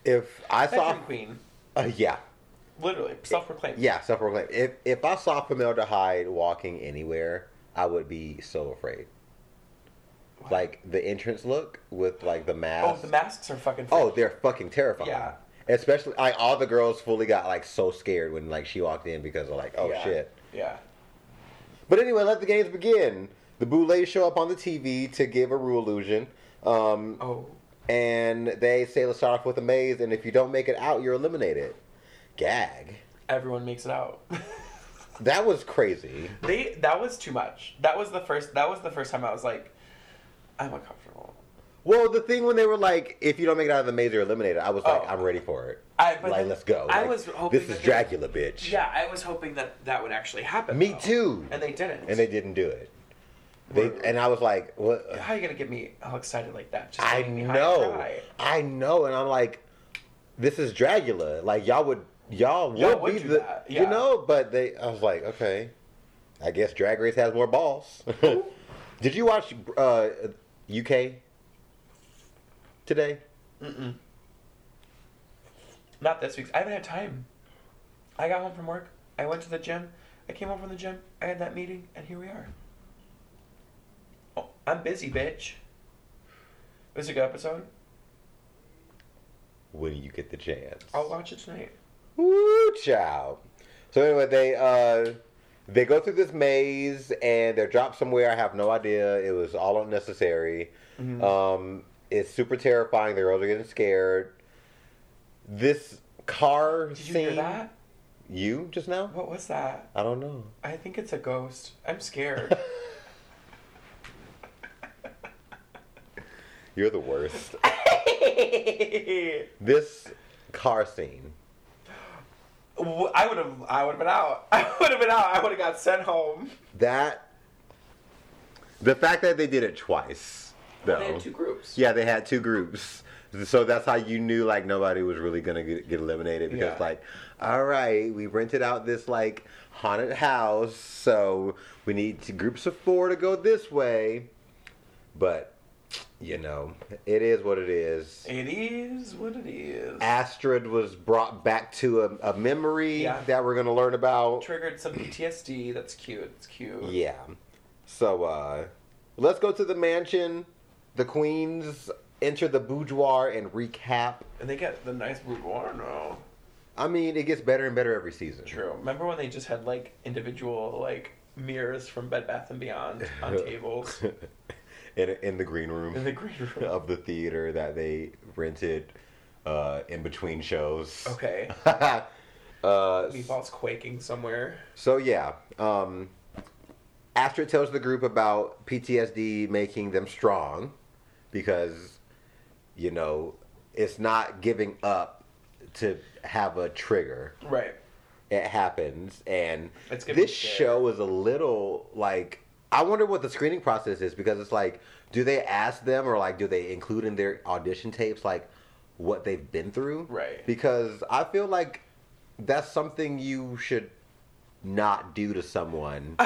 Speaker 3: If I saw,
Speaker 2: bedroom queen.
Speaker 3: uh, yeah,
Speaker 2: Literally, self-proclaimed.
Speaker 3: yeah, self-proclaimed. If if I saw formaldehyde walking anywhere, I would be so afraid.
Speaker 2: What?
Speaker 3: Like the entrance look with like the
Speaker 2: Oh,
Speaker 3: mask.
Speaker 2: the masks are fucking.
Speaker 3: Oh, they're fucking terrifying.
Speaker 2: Yeah.
Speaker 3: Especially, like all the girls fully got like so scared when like she walked in because they're like, oh
Speaker 2: Yeah.
Speaker 3: shit.
Speaker 2: Yeah.
Speaker 3: But anyway, let the games begin. The Boulets show up on the TV to give a rule illusion, um,
Speaker 2: Oh,
Speaker 3: and they say let's start off with a maze, and if you don't make it out, you're eliminated. Gag.
Speaker 2: everyone makes it out. *laughs*
Speaker 3: That was crazy.
Speaker 2: they that was too much. That was the first. That was the first time I was like, I'm uncomfortable.
Speaker 3: Well, the thing when they were like, if you don't make it out of the maze, you're eliminated. I was like,
Speaker 2: Oh.
Speaker 3: I'm ready for it.
Speaker 2: I- but
Speaker 3: like,
Speaker 2: then-
Speaker 3: let's go.
Speaker 2: I
Speaker 3: Like,
Speaker 2: was hoping
Speaker 3: this
Speaker 2: that
Speaker 3: is
Speaker 2: they-
Speaker 3: Dracula, bitch.
Speaker 2: Yeah, I was hoping that that would actually happen.
Speaker 3: Me
Speaker 2: though.
Speaker 3: too.
Speaker 2: And they didn't.
Speaker 3: and they didn't do it. They
Speaker 2: Word.
Speaker 3: and I was like, what?
Speaker 2: How are you gonna get me all excited like that? Just
Speaker 3: I
Speaker 2: leaving me high and
Speaker 3: know,
Speaker 2: dry.
Speaker 3: I know, and I'm like, this is Dracula. Like y'all would, y'all would
Speaker 2: Y'all would
Speaker 3: be
Speaker 2: do
Speaker 3: the,
Speaker 2: that,
Speaker 3: you
Speaker 2: yeah.
Speaker 3: know. But they, I was like, okay, I guess Drag Race has more balls. *laughs* Did you watch uh, UK today?
Speaker 2: Not this week's. I haven't had time. I got home from work. I went to the gym. I came home from the gym. I had that meeting, and here we are. Oh, I'm busy, bitch. It was a good episode.
Speaker 3: When you get the chance.
Speaker 2: I'll watch it tonight.
Speaker 3: Woo, child. So anyway, they uh they go through this maze and they're dropped somewhere. I have no idea. It was all unnecessary.
Speaker 2: Mm-hmm.
Speaker 3: Um, it's super terrifying. The girls are getting scared. This car
Speaker 2: Did you
Speaker 3: scene.
Speaker 2: hear that?
Speaker 3: You just now?
Speaker 2: What was that?
Speaker 3: I don't know.
Speaker 2: I think it's a ghost. I'm *laughs* scared.
Speaker 3: You're the worst.
Speaker 2: Wh-
Speaker 3: this car scene.
Speaker 2: I would have. I would have been out. *laughs* I would have been out. I would have got sent home.
Speaker 3: That. The fact that they did it twice, though.
Speaker 2: They had two groups.
Speaker 3: Yeah, they had two groups. So that's how you knew like nobody was really gonna get, get eliminated because
Speaker 2: Yeah.
Speaker 3: like, all right, we rented out this like haunted house, so we need two groups of four to go this way. But you know, it is what it is.
Speaker 2: It is what it is.
Speaker 3: Astrid was brought back to a, a memory
Speaker 2: Yeah.
Speaker 3: that we're gonna learn about.
Speaker 2: Triggered some PTSD. That's cute. It's cute.
Speaker 3: Yeah. So uh let's go to the mansion. The queens enter the boudoir and recap
Speaker 2: And they get the nice boudoir now.
Speaker 3: I mean, it gets better and better every season.
Speaker 2: True. Remember when they just had like individual like mirrors from Bed Bath and Beyond on
Speaker 3: *laughs*
Speaker 2: tables
Speaker 3: *laughs* in, in the
Speaker 2: in
Speaker 3: green room
Speaker 2: the green
Speaker 3: *laughs*
Speaker 2: room?
Speaker 3: of the theater that they rented uh, in between shows.
Speaker 2: Okay.
Speaker 3: *laughs* uh,
Speaker 2: Meatballs quaking somewhere.
Speaker 3: so, yeah. Um, Astrid tells the group about PTSD making them strong because, you know, it's not giving up to have a trigger.
Speaker 2: Right.
Speaker 3: it happens and
Speaker 2: It's gonna be
Speaker 3: this
Speaker 2: scary.
Speaker 3: show is a little like i wonder what the screening process is because it's like do they ask them or like do they include in their audition tapes like what they've been through
Speaker 2: Right.
Speaker 3: because i feel like that's something you should not do to
Speaker 2: *laughs*
Speaker 3: someone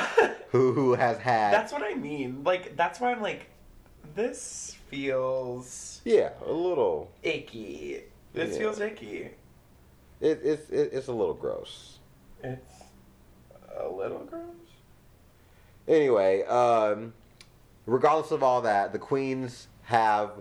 Speaker 3: who, who has had
Speaker 2: That's what I mean. Like that's why I'm like, this feels
Speaker 3: yeah a little
Speaker 2: icky. This
Speaker 3: Yeah.
Speaker 2: feels icky.
Speaker 3: it, it's it, it's a little gross
Speaker 2: It's a little gross.
Speaker 3: Anyway, um, regardless of all that, the queens have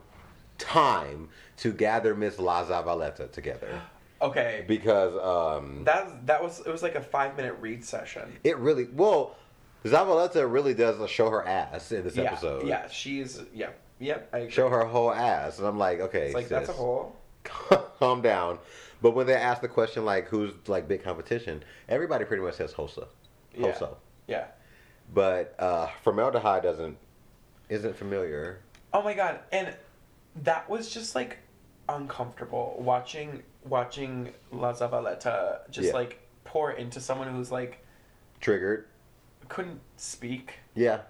Speaker 3: time to gather Miss La Zavaleta together
Speaker 2: Okay.
Speaker 3: because um,
Speaker 2: That that was it was like a five minute read session.
Speaker 3: it really well. Zavaleta really does show her ass in this
Speaker 2: yeah.
Speaker 3: episode.
Speaker 2: Yeah. She's yeah. Yep. I agree.
Speaker 3: Show her whole ass, and I'm like, okay,
Speaker 2: It's like that's a
Speaker 3: sis,
Speaker 2: hole.
Speaker 3: *laughs* calm down. But when they ask the question like, who's like big competition, everybody pretty much says Hosa,
Speaker 2: Yeah.
Speaker 3: Hosa.
Speaker 2: Yeah.
Speaker 3: But uh, formaldehyde doesn't isn't familiar.
Speaker 2: Oh my god, and that was just like uncomfortable watching watching La Zavaleta just
Speaker 3: Yeah.
Speaker 2: like pour into someone who's like
Speaker 3: Triggered,
Speaker 2: couldn't speak.
Speaker 3: yeah,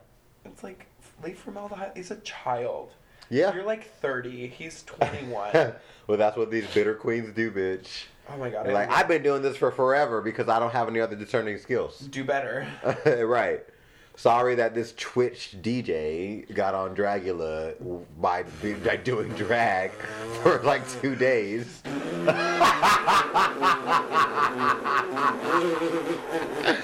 Speaker 2: It's like leave formaldehyde. He's a child.
Speaker 3: yeah.
Speaker 2: You're like 30. He's
Speaker 3: *laughs*
Speaker 2: 21.
Speaker 3: well, that's what these bitter queens do, bitch.
Speaker 2: oh my god.
Speaker 3: They're like,
Speaker 2: I
Speaker 3: I've been doing this for forever because I don't have any other discerning skills. *laughs*
Speaker 2: do better.
Speaker 3: right. Sorry that this Twitch DJ got on Dragula by, be- by doing drag for like two days. *laughs*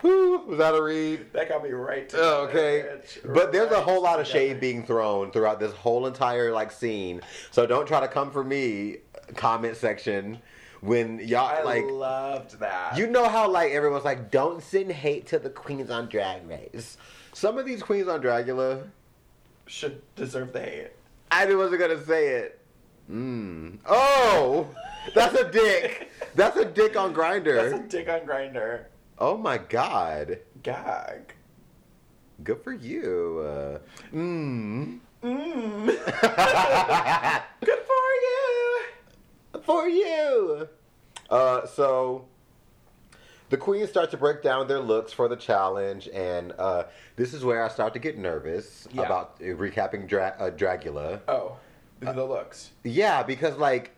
Speaker 3: Whew, Was that a read?
Speaker 2: That got me right. To
Speaker 3: Oh, okay.
Speaker 2: the edge.
Speaker 3: But there's a
Speaker 2: Right
Speaker 3: whole lot of
Speaker 2: to
Speaker 3: shade being thrown throughout this whole entire like scene. So don't try to come for me comment section when
Speaker 2: the- I
Speaker 3: y'all like
Speaker 2: loved that.
Speaker 3: you know how like everyone's like don't send hate to the queens on Drag Race. Some of these queens on Dragula,
Speaker 2: should deserve the hate.
Speaker 3: I wasn't gonna say it. Mm. Oh, that's a dick. That's a dick on
Speaker 2: That's a
Speaker 3: Grinder.
Speaker 2: dick on grinder.
Speaker 3: Oh my god.
Speaker 2: Gag.
Speaker 3: Good for you. Uh, mm.
Speaker 2: Mmm.
Speaker 3: Good for you. For you. Uh, so the queens start to break down their looks for the challenge, and uh, this is where I start to get nervous
Speaker 2: Yeah.
Speaker 3: about uh, recapping Dra- uh, Dracula.
Speaker 2: Oh,
Speaker 3: Uh,
Speaker 2: the looks.
Speaker 3: Yeah, because like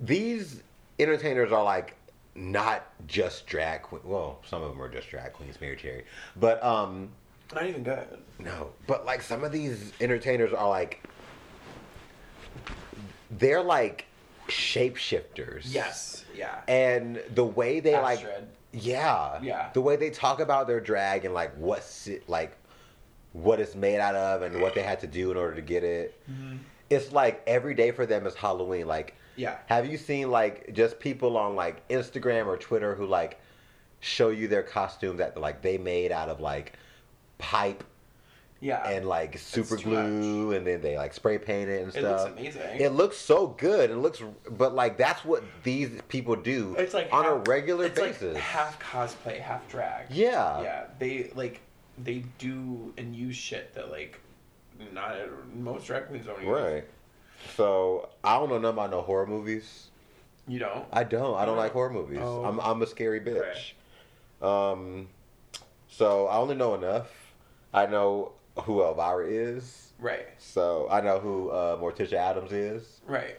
Speaker 3: these entertainers are like not just drag queen. Well, some of them are just drag queens, Mary Cherry, but um,
Speaker 2: Not even good.
Speaker 3: no, but like some of these entertainers are like, they're like shapeshifters.
Speaker 2: Yes. Yeah.
Speaker 3: and the way they like,
Speaker 2: Astrid.
Speaker 3: yeah,
Speaker 2: Yeah.
Speaker 3: the way they talk about their drag and like what's it like, what it's made out of and what they had to do in order to get it.
Speaker 2: Mm-hmm.
Speaker 3: It's like every day for them is Halloween. Like,
Speaker 2: Yeah.
Speaker 3: have you seen like just people on like Instagram or Twitter who like show you their costume that like they made out of like pipe
Speaker 2: Yeah.
Speaker 3: and like super
Speaker 2: too
Speaker 3: glue and then they like spray paint it and
Speaker 2: It looks
Speaker 3: stuff.
Speaker 2: amazing.
Speaker 3: It looks so good. It looks but like that's what these people do
Speaker 2: it's like
Speaker 3: on
Speaker 2: half-
Speaker 3: a regular
Speaker 2: it's like
Speaker 3: basis.
Speaker 2: half cosplay, half drag.
Speaker 3: Yeah.
Speaker 2: Yeah. They like they do and use shit that like not most drag queens don't use.
Speaker 3: Right. So I don't know nothing about no horror movies.
Speaker 2: You don't.
Speaker 3: I don't. I don't like horror movies.
Speaker 2: Oh.
Speaker 3: I'm I'm a scary bitch. Um so I only know enough. I know who Elvira is.
Speaker 2: Right.
Speaker 3: So I know who uh, Morticia Adams is.
Speaker 2: Right.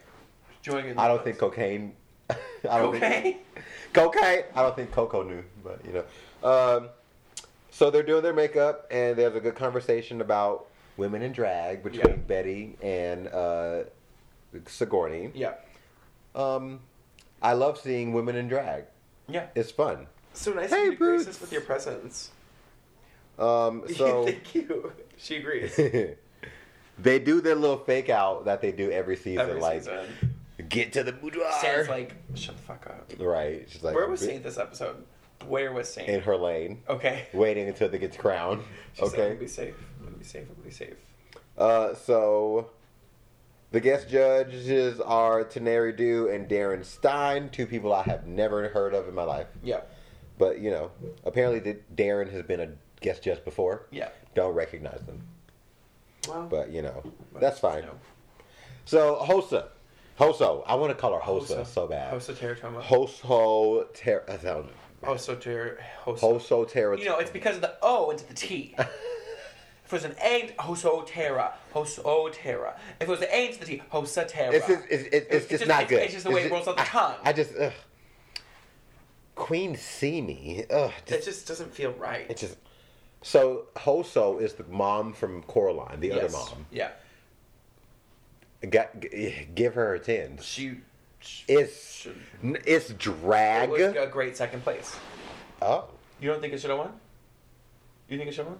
Speaker 2: Joining.
Speaker 3: I don't think cocaine *laughs* I don't think
Speaker 2: Okay.
Speaker 3: Cocaine. I don't think Coco knew, but you know. Um, so they're doing their makeup, and there's a good conversation about women in drag between
Speaker 2: Yeah.
Speaker 3: Betty and uh, Sigourney.
Speaker 2: *laughs* Yeah.
Speaker 3: Um, I love seeing women in drag.
Speaker 2: Yeah.
Speaker 3: It's fun.
Speaker 2: So nice
Speaker 3: Hey,
Speaker 2: of you to grace
Speaker 3: Boots.
Speaker 2: us with your presence. *laughs*
Speaker 3: Um, so
Speaker 2: Thank you. She
Speaker 3: *laughs*
Speaker 2: agrees.
Speaker 3: they do their little fake out that they do every season,
Speaker 2: Every
Speaker 3: like
Speaker 2: season.
Speaker 3: get to the boudoir.
Speaker 2: Saint's like, shut the fuck up.
Speaker 3: right. She's like,
Speaker 2: Where was
Speaker 3: "Bi-
Speaker 2: Saint this episode? Where was Saint?
Speaker 3: in her lane,
Speaker 2: okay.
Speaker 3: waiting until they get crowned.
Speaker 2: She okay.
Speaker 3: okay.
Speaker 2: Said, be safe. Be safe. Be safe.
Speaker 3: Uh, so the guest judges are Teneri Dew and Darren Stein, two people I have never heard of in my life.
Speaker 2: Yeah.
Speaker 3: But you know, apparently the, Darren has been a guest judge before.
Speaker 2: Yeah.
Speaker 3: Don't recognize them,
Speaker 2: Well,
Speaker 3: but you know,
Speaker 2: but,
Speaker 3: that's
Speaker 2: you
Speaker 3: fine.
Speaker 2: know.
Speaker 3: So Hosa, Hoso, I want to call her Hosa,
Speaker 2: Hosa.
Speaker 3: so bad.
Speaker 2: Hoso Teratoma.
Speaker 3: Hoso Ter, that sounds-
Speaker 2: Hoso Ter. Hoso.
Speaker 3: Hoso Terra.
Speaker 2: You know, it's because of the O into the
Speaker 3: *laughs*
Speaker 2: T. if it was an A, into- Hoso Terra. Hoso Terra. If it was an A into the T, Hosa Terra.
Speaker 3: It's just, it's, it's, it's,
Speaker 2: It's
Speaker 3: just,
Speaker 2: just-
Speaker 3: not
Speaker 2: it's-
Speaker 3: good.
Speaker 2: it's just the way it rolls off the
Speaker 3: I-
Speaker 2: tongue.
Speaker 3: I, just ugh. Queen Simi. Ugh, just
Speaker 2: it just doesn't feel right.
Speaker 3: It's just so Hoso is the mom from Coraline, the other
Speaker 2: Yes.
Speaker 3: mom.
Speaker 2: Yeah.
Speaker 3: Got, g- give her a ten.
Speaker 2: She. she
Speaker 3: It's
Speaker 2: should-
Speaker 3: n- it's
Speaker 2: it was
Speaker 3: drag.
Speaker 2: a great second place.
Speaker 3: Oh,
Speaker 2: You don't think it should have won? You think it should have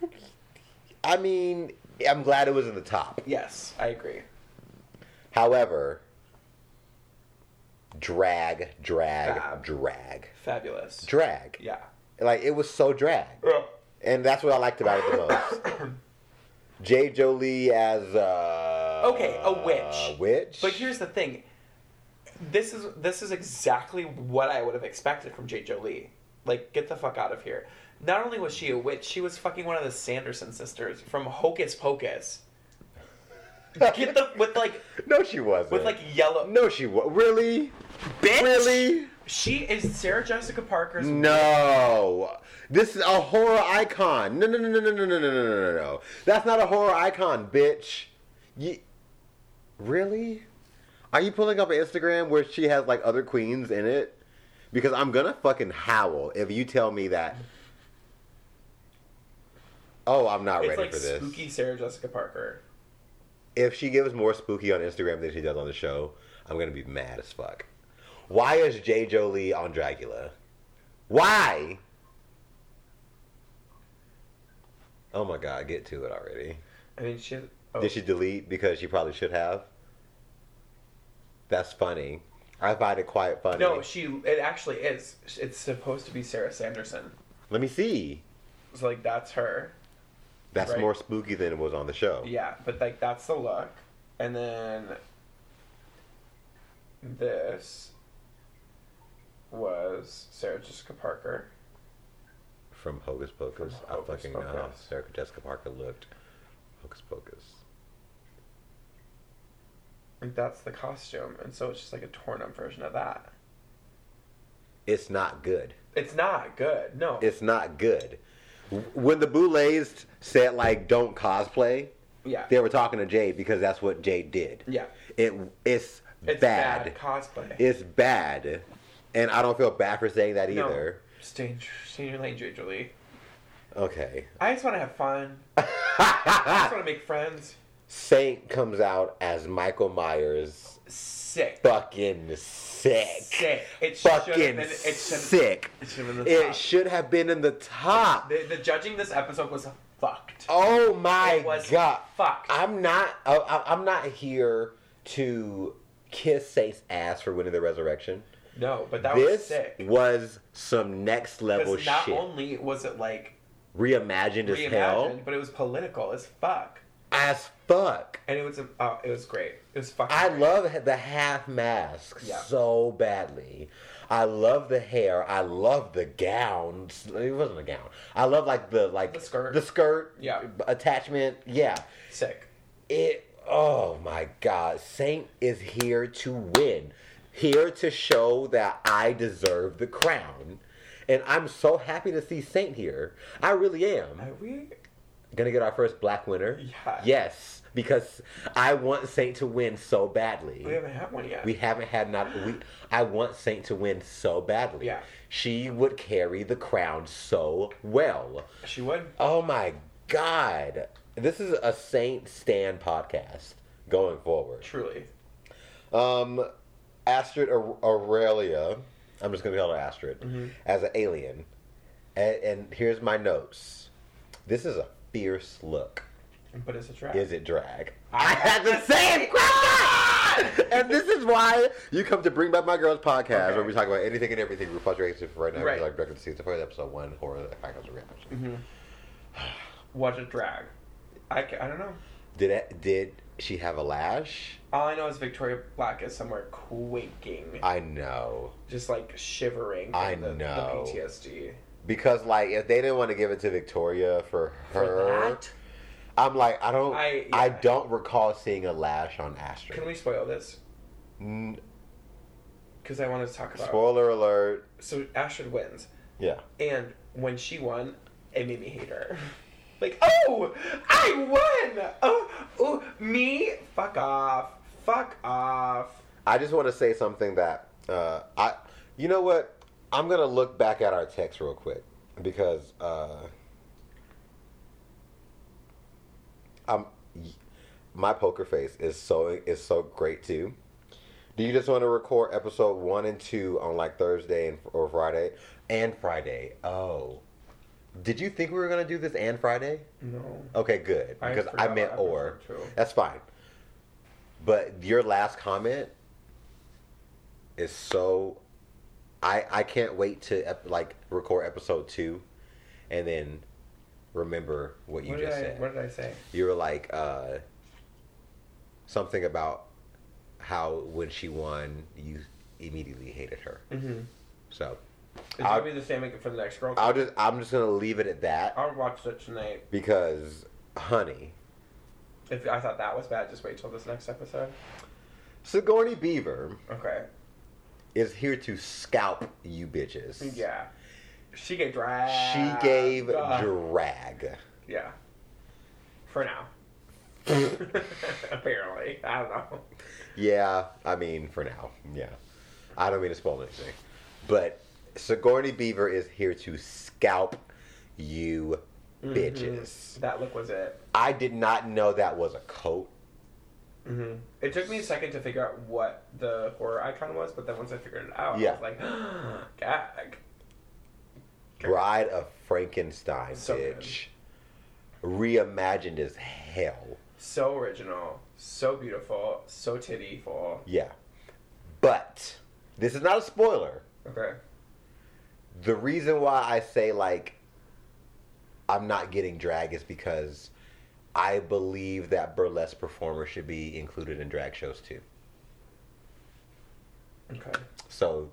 Speaker 2: won?
Speaker 3: I mean, I'm glad it was in the top.
Speaker 2: Yes, I agree.
Speaker 3: However, drag, drag,
Speaker 2: Fab.
Speaker 3: drag,
Speaker 2: Fabulous.
Speaker 3: drag.
Speaker 2: yeah.
Speaker 3: Like it was so drag, and that's what I liked about it the
Speaker 2: *coughs*
Speaker 3: most. J. Jolie as uh,
Speaker 2: Okay, a witch.
Speaker 3: Witch.
Speaker 2: But here's the thing. This is this is exactly what I would have expected from J. Jolie. Like, get the fuck out of here. Not only was she a witch, she was fucking one of the Sanderson sisters from Hocus Pocus. Get the with like
Speaker 3: No, she wasn't.
Speaker 2: with like yellow
Speaker 3: No, she was. Really?
Speaker 2: bitch.
Speaker 3: Really?
Speaker 2: She is Sarah Jessica Parker's
Speaker 3: No. This is a horror icon. No, no, no, no, no, no, no, no, no, no, no. That's not a horror icon, bitch. You, really? Are you pulling up an Instagram where she has like other queens in it? Because I'm gonna fucking howl if you tell me that. Oh, I'm not
Speaker 2: It's
Speaker 3: ready
Speaker 2: like
Speaker 3: for this.
Speaker 2: spooky Sarah Jessica Parker.
Speaker 3: If she gives more spooky on Instagram than she does on the show, I'm gonna be mad as fuck. Why is J. Jolie on Dracula? Why? Oh my god, get to it already.
Speaker 2: I mean, she. Oh,
Speaker 3: Did she delete because she probably should have? That's funny. I find it quite funny.
Speaker 2: No, she. It actually is. It's supposed to be Sarah Sanderson.
Speaker 3: Let me see.
Speaker 2: So like that's her.
Speaker 3: That's
Speaker 2: Right.
Speaker 3: more spooky than it was on the show.
Speaker 2: Yeah, but like that's the look, and then this was Sarah Jessica Parker.
Speaker 3: From Hocus Pocus.
Speaker 2: From
Speaker 3: I
Speaker 2: Hocus
Speaker 3: fucking know how
Speaker 2: Pocus.
Speaker 3: Sarah Jessica Parker looked. Hocus Pocus.
Speaker 2: Like that's the costume, and so it's just like a torn up version of that.
Speaker 3: It's not good.
Speaker 2: It's not good. No.
Speaker 3: it's not good. When the Boulets said like don't cosplay,
Speaker 2: yeah.
Speaker 3: they were talking to Jade because that's what Jade did.
Speaker 2: Yeah.
Speaker 3: It it's,
Speaker 2: It's
Speaker 3: bad.
Speaker 2: bad, cosplay.
Speaker 3: It's bad. And I don't feel bad for saying that either.
Speaker 2: No, it's danger, senior lane gingerly.
Speaker 3: Okay.
Speaker 2: I just want to have
Speaker 3: *laughs*
Speaker 2: fun. I just want to make friends.
Speaker 3: Saint comes out as Michael Myers.
Speaker 2: Sick.
Speaker 3: Fucking sick.
Speaker 2: Sick. It should have
Speaker 3: Fucking
Speaker 2: been. It should.
Speaker 3: sick.
Speaker 2: It should have been the
Speaker 3: It
Speaker 2: top.
Speaker 3: should have been in the top.
Speaker 2: The, the judging this episode was fucked.
Speaker 3: Oh my
Speaker 2: It was
Speaker 3: god!
Speaker 2: fucked.
Speaker 3: I'm not. I- I, I'm not here to kiss Saint's ass for winning the resurrection.
Speaker 2: No, but that was
Speaker 3: this
Speaker 2: sick.
Speaker 3: was some next level
Speaker 2: Because not
Speaker 3: shit,
Speaker 2: only was it like
Speaker 3: reimagined as hell,
Speaker 2: reimagined, but it was political as fuck,
Speaker 3: as fuck.
Speaker 2: and it was a, oh, it was great. It was fucking.
Speaker 3: I
Speaker 2: great.
Speaker 3: love the half mask
Speaker 2: Yeah.
Speaker 3: so badly. I love the hair. I love the gowns. It wasn't a gown. I love like the like
Speaker 2: The skirt.
Speaker 3: the skirt,
Speaker 2: Yeah.
Speaker 3: attachment. Yeah,
Speaker 2: sick.
Speaker 3: it. Oh my God, Saint is here to win. Here to show that I deserve the crown, and I'm so happy to see Saint here. I really am
Speaker 2: Are we?
Speaker 3: gonna get our first black winner.
Speaker 2: Yeah.
Speaker 3: Yes, because I want Saint to win so badly.
Speaker 2: We haven't had one yet.
Speaker 3: We haven't had not. We I want Saint to win so badly.
Speaker 2: Yeah.
Speaker 3: She would carry the crown so well.
Speaker 2: she would.
Speaker 3: Oh my God! This is a Saint Stan podcast going forward.
Speaker 2: Truly.
Speaker 3: Um, Astrid Aur- Aurelia. I'm just gonna call her Astrid
Speaker 2: Mm-hmm.
Speaker 3: as an alien. And, and here's my notes. This is a fierce look.
Speaker 2: But it's a trap.
Speaker 3: Is it drag? I had the same question! and this is why you come to Bring Back My Girls podcast,
Speaker 2: Okay.
Speaker 3: where we talk about anything and everything RuPaul's reaction for right now.
Speaker 2: Right. Mm-hmm.
Speaker 3: We're like directed to season four, episode one, horror, if I goes reaction.
Speaker 2: What a drag. I, ca- I don't know.
Speaker 3: Did it, did she have a lash?
Speaker 2: All I know is Victoria Black is somewhere quaking,
Speaker 3: I know.
Speaker 2: just like shivering. from
Speaker 3: I
Speaker 2: the,
Speaker 3: know.
Speaker 2: The PTSD.
Speaker 3: Because like if they didn't want to give it to Victoria for
Speaker 2: For
Speaker 3: her,
Speaker 2: that?
Speaker 3: I'm like I don't I,
Speaker 2: I- yeah.
Speaker 3: don't recall seeing a lash on Astrid.
Speaker 2: Can we spoil this?
Speaker 3: N-
Speaker 2: Because I wanted to talk about.
Speaker 3: spoiler alert.
Speaker 2: So Astrid wins,
Speaker 3: Yeah.
Speaker 2: and when she won, it made me hate her. *laughs* Like, oh, I won! Oh, oh, me? Fuck off! Fuck off!
Speaker 3: I just want to say something that uh, I, you know what? I'm gonna look back at our text real quick because uh, I'm my poker face is so is so great too. Do you just want to record episode one and two on like Thursday and or Friday and Friday? Oh, did you think we were gonna do this and Friday?
Speaker 2: No.
Speaker 3: Okay, good.
Speaker 2: I
Speaker 3: Because I,
Speaker 2: forgot
Speaker 3: meant
Speaker 2: about
Speaker 3: or.
Speaker 2: episode two.
Speaker 3: That's fine. But your last comment is so. I I can't wait to ep- like record episode two, and then remember what you
Speaker 2: What did,
Speaker 3: just
Speaker 2: I,
Speaker 3: said.
Speaker 2: what did I say?
Speaker 3: You were like uh, something about how when she won, you immediately hated her.
Speaker 2: Mm-hmm.
Speaker 3: So
Speaker 2: It's
Speaker 3: I'll-
Speaker 2: gonna be the same for the next girl.
Speaker 3: I'll just I'm just gonna leave it at that
Speaker 2: I'll watch it tonight.
Speaker 3: because honey,
Speaker 2: If I thought that was bad, just wait till this next episode.
Speaker 3: Sigourney Beaver.
Speaker 2: Okay.
Speaker 3: is here to scalp you bitches.
Speaker 2: Yeah. She gave drag.
Speaker 3: She gave
Speaker 2: Uh,
Speaker 3: drag.
Speaker 2: yeah. For *laughs* now. Apparently. I don't know.
Speaker 3: Yeah, I mean, for now. Yeah. I don't mean to spoil anything. But Sigourney Beaver is here to scalp you
Speaker 2: Mm-hmm.
Speaker 3: bitches.
Speaker 2: That look was it.
Speaker 3: I did not know that was a coat. Mm-hmm.
Speaker 2: hmm It took me a second to figure out what the horror icon was, but then once I figured it out, I
Speaker 3: Yeah.
Speaker 2: was like, *gasps* gag.
Speaker 3: Bride of Frankenstein,
Speaker 2: So good.
Speaker 3: bitch. Reimagined as hell.
Speaker 2: So original. So beautiful. So tittyful.
Speaker 3: Yeah. But this is not a spoiler.
Speaker 2: Okay.
Speaker 3: the reason why I say like I'm not getting drag is because I believe that burlesque performers should be included in drag shows too.
Speaker 2: Okay.
Speaker 3: So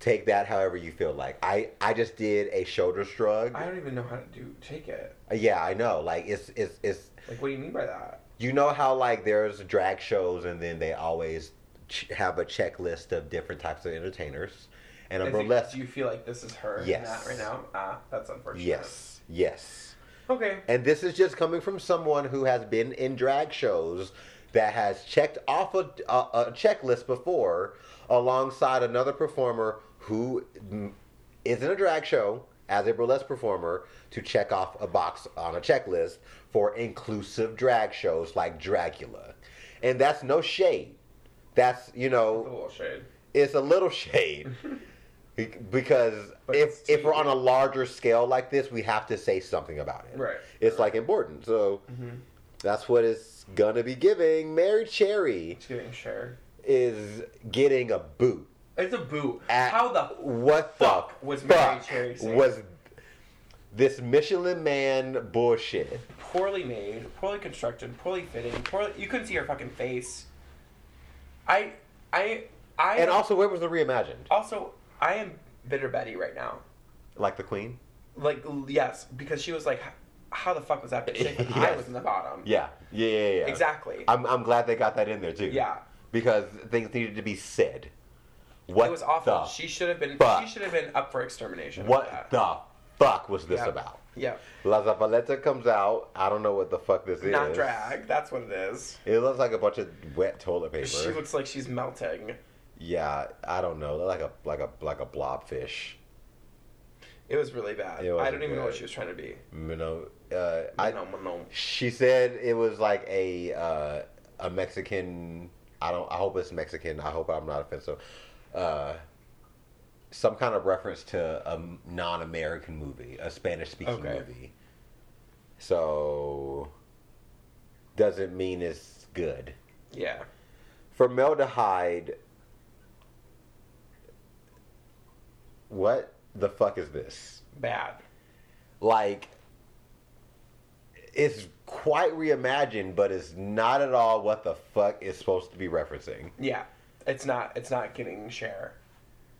Speaker 3: take that however you feel like. I I just did a shoulder shrug.
Speaker 2: I don't even know how to do take it.
Speaker 3: yeah, I know. Like it's it's it's
Speaker 2: Like, what do you mean by that?
Speaker 3: you know how like there's drag shows and then they always ch- have a checklist of different types of entertainers and a
Speaker 2: Is it-
Speaker 3: burlesque.
Speaker 2: do you feel like this is her? in
Speaker 3: Yes.
Speaker 2: that right now. Ah, that's unfortunate.
Speaker 3: yes. Yes.
Speaker 2: Okay.
Speaker 3: And this is just coming from someone who has been in drag shows that has checked off a, a, a checklist before alongside another performer who mm, is in a drag show as a burlesque performer to check off a box on a checklist for inclusive drag shows like Dracula. And that's no shade. That's, you
Speaker 2: A
Speaker 3: know,
Speaker 2: little shade.
Speaker 3: it's a little *laughs* shade Be- because
Speaker 2: But
Speaker 3: if
Speaker 2: it's
Speaker 3: if we're on
Speaker 2: TV.
Speaker 3: a larger scale like this, we have to say something about it.
Speaker 2: Right. Mm-hmm.
Speaker 3: It's like important. So that's what it's gonna be giving. Mary Cherry
Speaker 2: It's getting shared.
Speaker 3: is getting a boot.
Speaker 2: It's a boot.
Speaker 3: At
Speaker 2: How the
Speaker 3: what
Speaker 2: fuck
Speaker 3: the
Speaker 2: was
Speaker 3: fuck
Speaker 2: Mary Cherry singing?
Speaker 3: was this Michelin man bullshit?
Speaker 2: poorly made, poorly constructed, poorly fitting, poorly you couldn't see her fucking face. I I I Uh,
Speaker 3: And also, where was the reimagined?
Speaker 2: also I am bitter Betty right now.
Speaker 3: Like the Queen?
Speaker 2: Like yes, because she was like "H- how the fuck was that bitch shaking? I
Speaker 3: Yes.
Speaker 2: was in the bottom.
Speaker 3: Yeah, yeah, yeah, yeah.
Speaker 2: Exactly.
Speaker 3: I'm I'm glad they got that in there too.
Speaker 2: Yeah.
Speaker 3: Because things needed to be said. What
Speaker 2: it was awful.
Speaker 3: the
Speaker 2: she should have been
Speaker 3: fuck?
Speaker 2: she should have been up for extermination.
Speaker 3: What
Speaker 2: about that.
Speaker 3: the fuck was this
Speaker 2: Yeah.
Speaker 3: about?
Speaker 2: Yeah.
Speaker 3: La Zavaleta comes out. I don't know what the fuck this is.
Speaker 2: Not drag, that's what it is.
Speaker 3: It looks like a bunch of wet toilet paper.
Speaker 2: She looks like she's melting.
Speaker 3: yeah, I don't know. Like a like a like a blobfish.
Speaker 2: It was really bad.
Speaker 3: It
Speaker 2: I
Speaker 3: wasn't
Speaker 2: don't even know what
Speaker 3: good.
Speaker 2: she was trying to be.
Speaker 3: You know, uh, I
Speaker 2: no, no, no.
Speaker 3: she said it was like a uh, a Mexican. I don't. I hope it's Mexican. I hope I'm not offensive. Uh, some kind of reference to a non-American movie, a Spanish-speaking
Speaker 2: Okay.
Speaker 3: movie. So doesn't mean it's good.
Speaker 2: Yeah.
Speaker 3: Formaldehyde. What the fuck is this?
Speaker 2: Bad.
Speaker 3: like it's quite reimagined, but it's not at all what the fuck it's supposed to be referencing.
Speaker 2: Yeah, it's not. It's not getting share.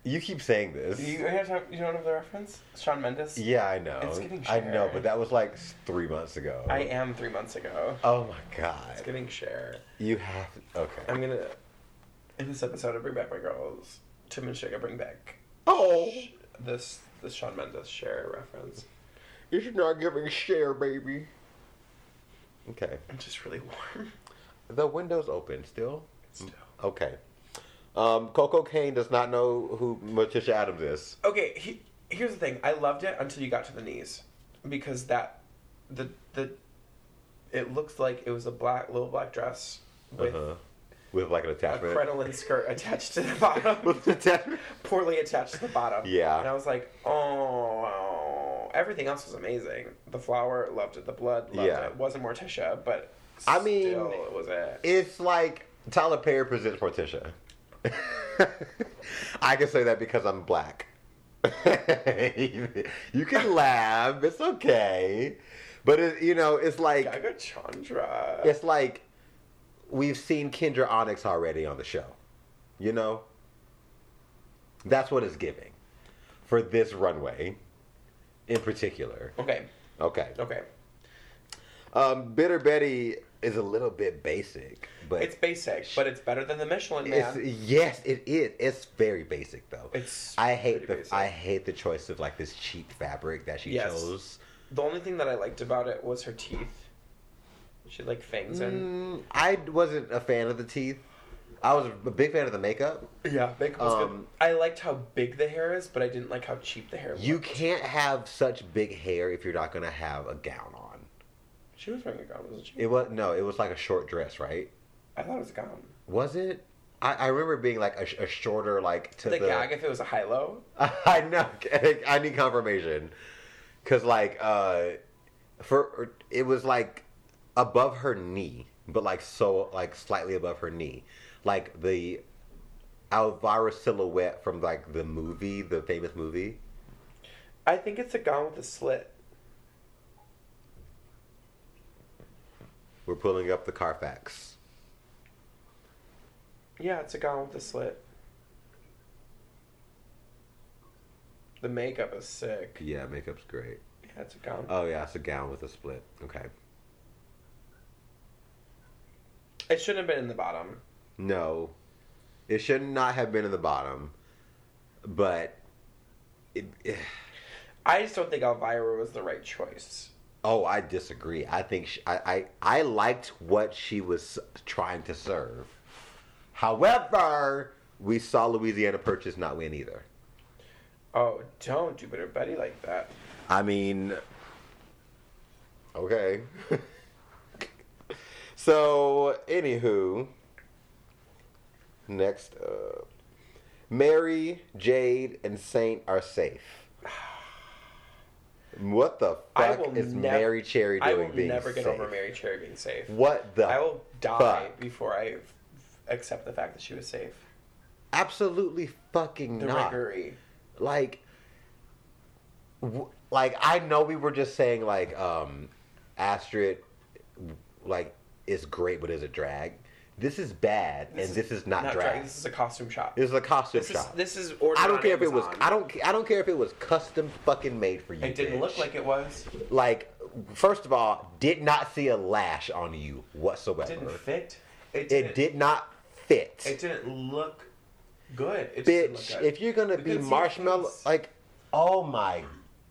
Speaker 3: You keep saying this.
Speaker 2: You, you, guys have, you don't know the reference? Sean Mendes.
Speaker 3: yeah, I know.
Speaker 2: It's getting
Speaker 3: I know,
Speaker 2: shared.
Speaker 3: but that was like s- three months ago.
Speaker 2: I am three months ago.
Speaker 3: Oh my god.
Speaker 2: It's getting share.
Speaker 3: you have okay.
Speaker 2: I'm gonna in this episode of Bring Back My Girls, Tim and Sugar bring back
Speaker 3: oh,
Speaker 2: this this Sean Mendes share reference.
Speaker 3: you're not giving share, baby. Okay.
Speaker 2: I'm just really warm.
Speaker 3: The window's open still.
Speaker 2: Still.
Speaker 3: Okay. Um, Coco Kane does not know who Morticia Adams is.
Speaker 2: Okay, he, here's the thing. I loved it until you got to the knees, because that the the it looks like it was a black little black dress with
Speaker 3: Uh-huh. With like an
Speaker 2: a
Speaker 3: attachment.
Speaker 2: crinoline skirt attached to the bottom.
Speaker 3: *laughs* With an attachment.
Speaker 2: poorly attached to the bottom.
Speaker 3: Yeah.
Speaker 2: And I was like, oh, everything else was amazing. The flower, loved it. The blood, loved
Speaker 3: Yeah.
Speaker 2: it. Wasn't Morticia, but
Speaker 3: I mean,
Speaker 2: still, it was it.
Speaker 3: It's like Tyler Perry presents Morticia. *laughs* I can say that because I'm black. *laughs* you can laugh. It's okay. But it, you know, it's like
Speaker 2: Gaga Chandra.
Speaker 3: it's like we've seen Kendra Onyx already on the show. You know? That's what it's giving for this runway in particular.
Speaker 2: Okay.
Speaker 3: Okay.
Speaker 2: Okay.
Speaker 3: Um, Bitter Betty is a little bit basic, but
Speaker 2: It's basic, but it's better than the Michelin Man.
Speaker 3: It's, yes, it is. It's very basic though.
Speaker 2: It's
Speaker 3: I hate
Speaker 2: pretty
Speaker 3: the
Speaker 2: basic.
Speaker 3: I hate the choice of like this cheap fabric that she
Speaker 2: Yes.
Speaker 3: chose.
Speaker 2: The only thing that I liked about it was her teeth. She had, like fangs and
Speaker 3: Mm, I wasn't a fan of the teeth. I was a big fan of the makeup.
Speaker 2: yeah, makeup was good.
Speaker 3: Mm, Um,
Speaker 2: I liked how big the hair is, but I didn't like how cheap the hair was.
Speaker 3: You can't have such big hair if you're not gonna have a gown on.
Speaker 2: She was wearing a gown, wasn't she?
Speaker 3: It was no, it was like a short dress, right?
Speaker 2: I thought it was a gown.
Speaker 3: Was it? I, I remember it being like a, sh- a shorter like to
Speaker 2: the
Speaker 3: the
Speaker 2: gag if it was a high low.
Speaker 3: *laughs* I know. I need confirmation. Cause like uh for it was like above her knee, but like so like slightly above her knee. Like the Alvaro silhouette from like the movie, the famous movie.
Speaker 2: I think it's a gown with a slit.
Speaker 3: We're pulling up the Carfax.
Speaker 2: Yeah, it's a gown with a slit. The makeup is sick.
Speaker 3: Yeah, makeup's great.
Speaker 2: Yeah, it's a gown.
Speaker 3: Oh yeah, it's a gown with a split. Okay.
Speaker 2: it shouldn't have been in the bottom.
Speaker 3: No. It should not have been in the bottom. But it,
Speaker 2: I just don't think Elvira was the right choice.
Speaker 3: Oh, I disagree. I think she, I, I I liked what she was trying to serve. However, we saw Louisiana Purchase not win either.
Speaker 2: Oh, don't do bitter Betty like that.
Speaker 3: I mean, okay. *laughs* so, anywho, next up, Mary, Jade, and Saint are safe. *sighs* What the
Speaker 2: I
Speaker 3: fuck
Speaker 2: will
Speaker 3: is
Speaker 2: nev-
Speaker 3: Mary Cherry
Speaker 2: I
Speaker 3: doing?
Speaker 2: will
Speaker 3: being
Speaker 2: never get
Speaker 3: safe?
Speaker 2: over Mary Cherry being safe.
Speaker 3: What the?
Speaker 2: I will die
Speaker 3: fuck?
Speaker 2: before I f- accept the fact that she was safe.
Speaker 3: Absolutely fucking
Speaker 2: The
Speaker 3: not.
Speaker 2: riggery.
Speaker 3: like w- like i know we were just saying like um astrid like is great but is it drag this is bad and
Speaker 2: is
Speaker 3: this is not,
Speaker 2: Not
Speaker 3: drag.
Speaker 2: drag. This is a costume shop.
Speaker 3: this is a costume
Speaker 2: This is
Speaker 3: shop
Speaker 2: this is ordered
Speaker 3: i don't
Speaker 2: on
Speaker 3: care if it was
Speaker 2: Amazon.
Speaker 3: i don't i don't care if it was custom fucking made for you
Speaker 2: It didn't look
Speaker 3: bitch.
Speaker 2: like it was.
Speaker 3: like first of all did not see a lash on you
Speaker 2: It
Speaker 3: whatsoever
Speaker 2: didn't fit. It didn't,
Speaker 3: it did not fit
Speaker 2: It didn't look good. It just didn't look
Speaker 3: bitch,
Speaker 2: good.
Speaker 3: if you're gonna
Speaker 2: We
Speaker 3: be
Speaker 2: couldn't see
Speaker 3: marshmallow,
Speaker 2: your face.
Speaker 3: like, oh my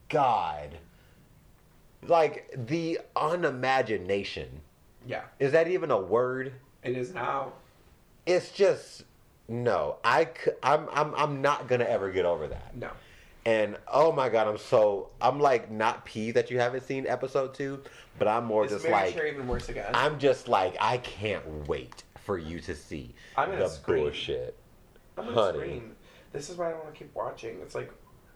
Speaker 3: god, like the unimagination.
Speaker 2: yeah,
Speaker 3: Is that even a word?
Speaker 2: it is now.
Speaker 3: It's just no. I c- I'm I'm I'm not gonna ever get over that.
Speaker 2: No,
Speaker 3: And oh my god, I'm so I'm like not peeved that you haven't seen episode two, but I'm more
Speaker 2: is
Speaker 3: just
Speaker 2: Mary
Speaker 3: like
Speaker 2: Cherry even worse again?
Speaker 3: I'm just like I can't wait for you to see
Speaker 2: I'm gonna
Speaker 3: the
Speaker 2: scream.
Speaker 3: bullshit.
Speaker 2: I'm gonna
Speaker 3: honey.
Speaker 2: scream. This is why I don't want to keep watching. It's like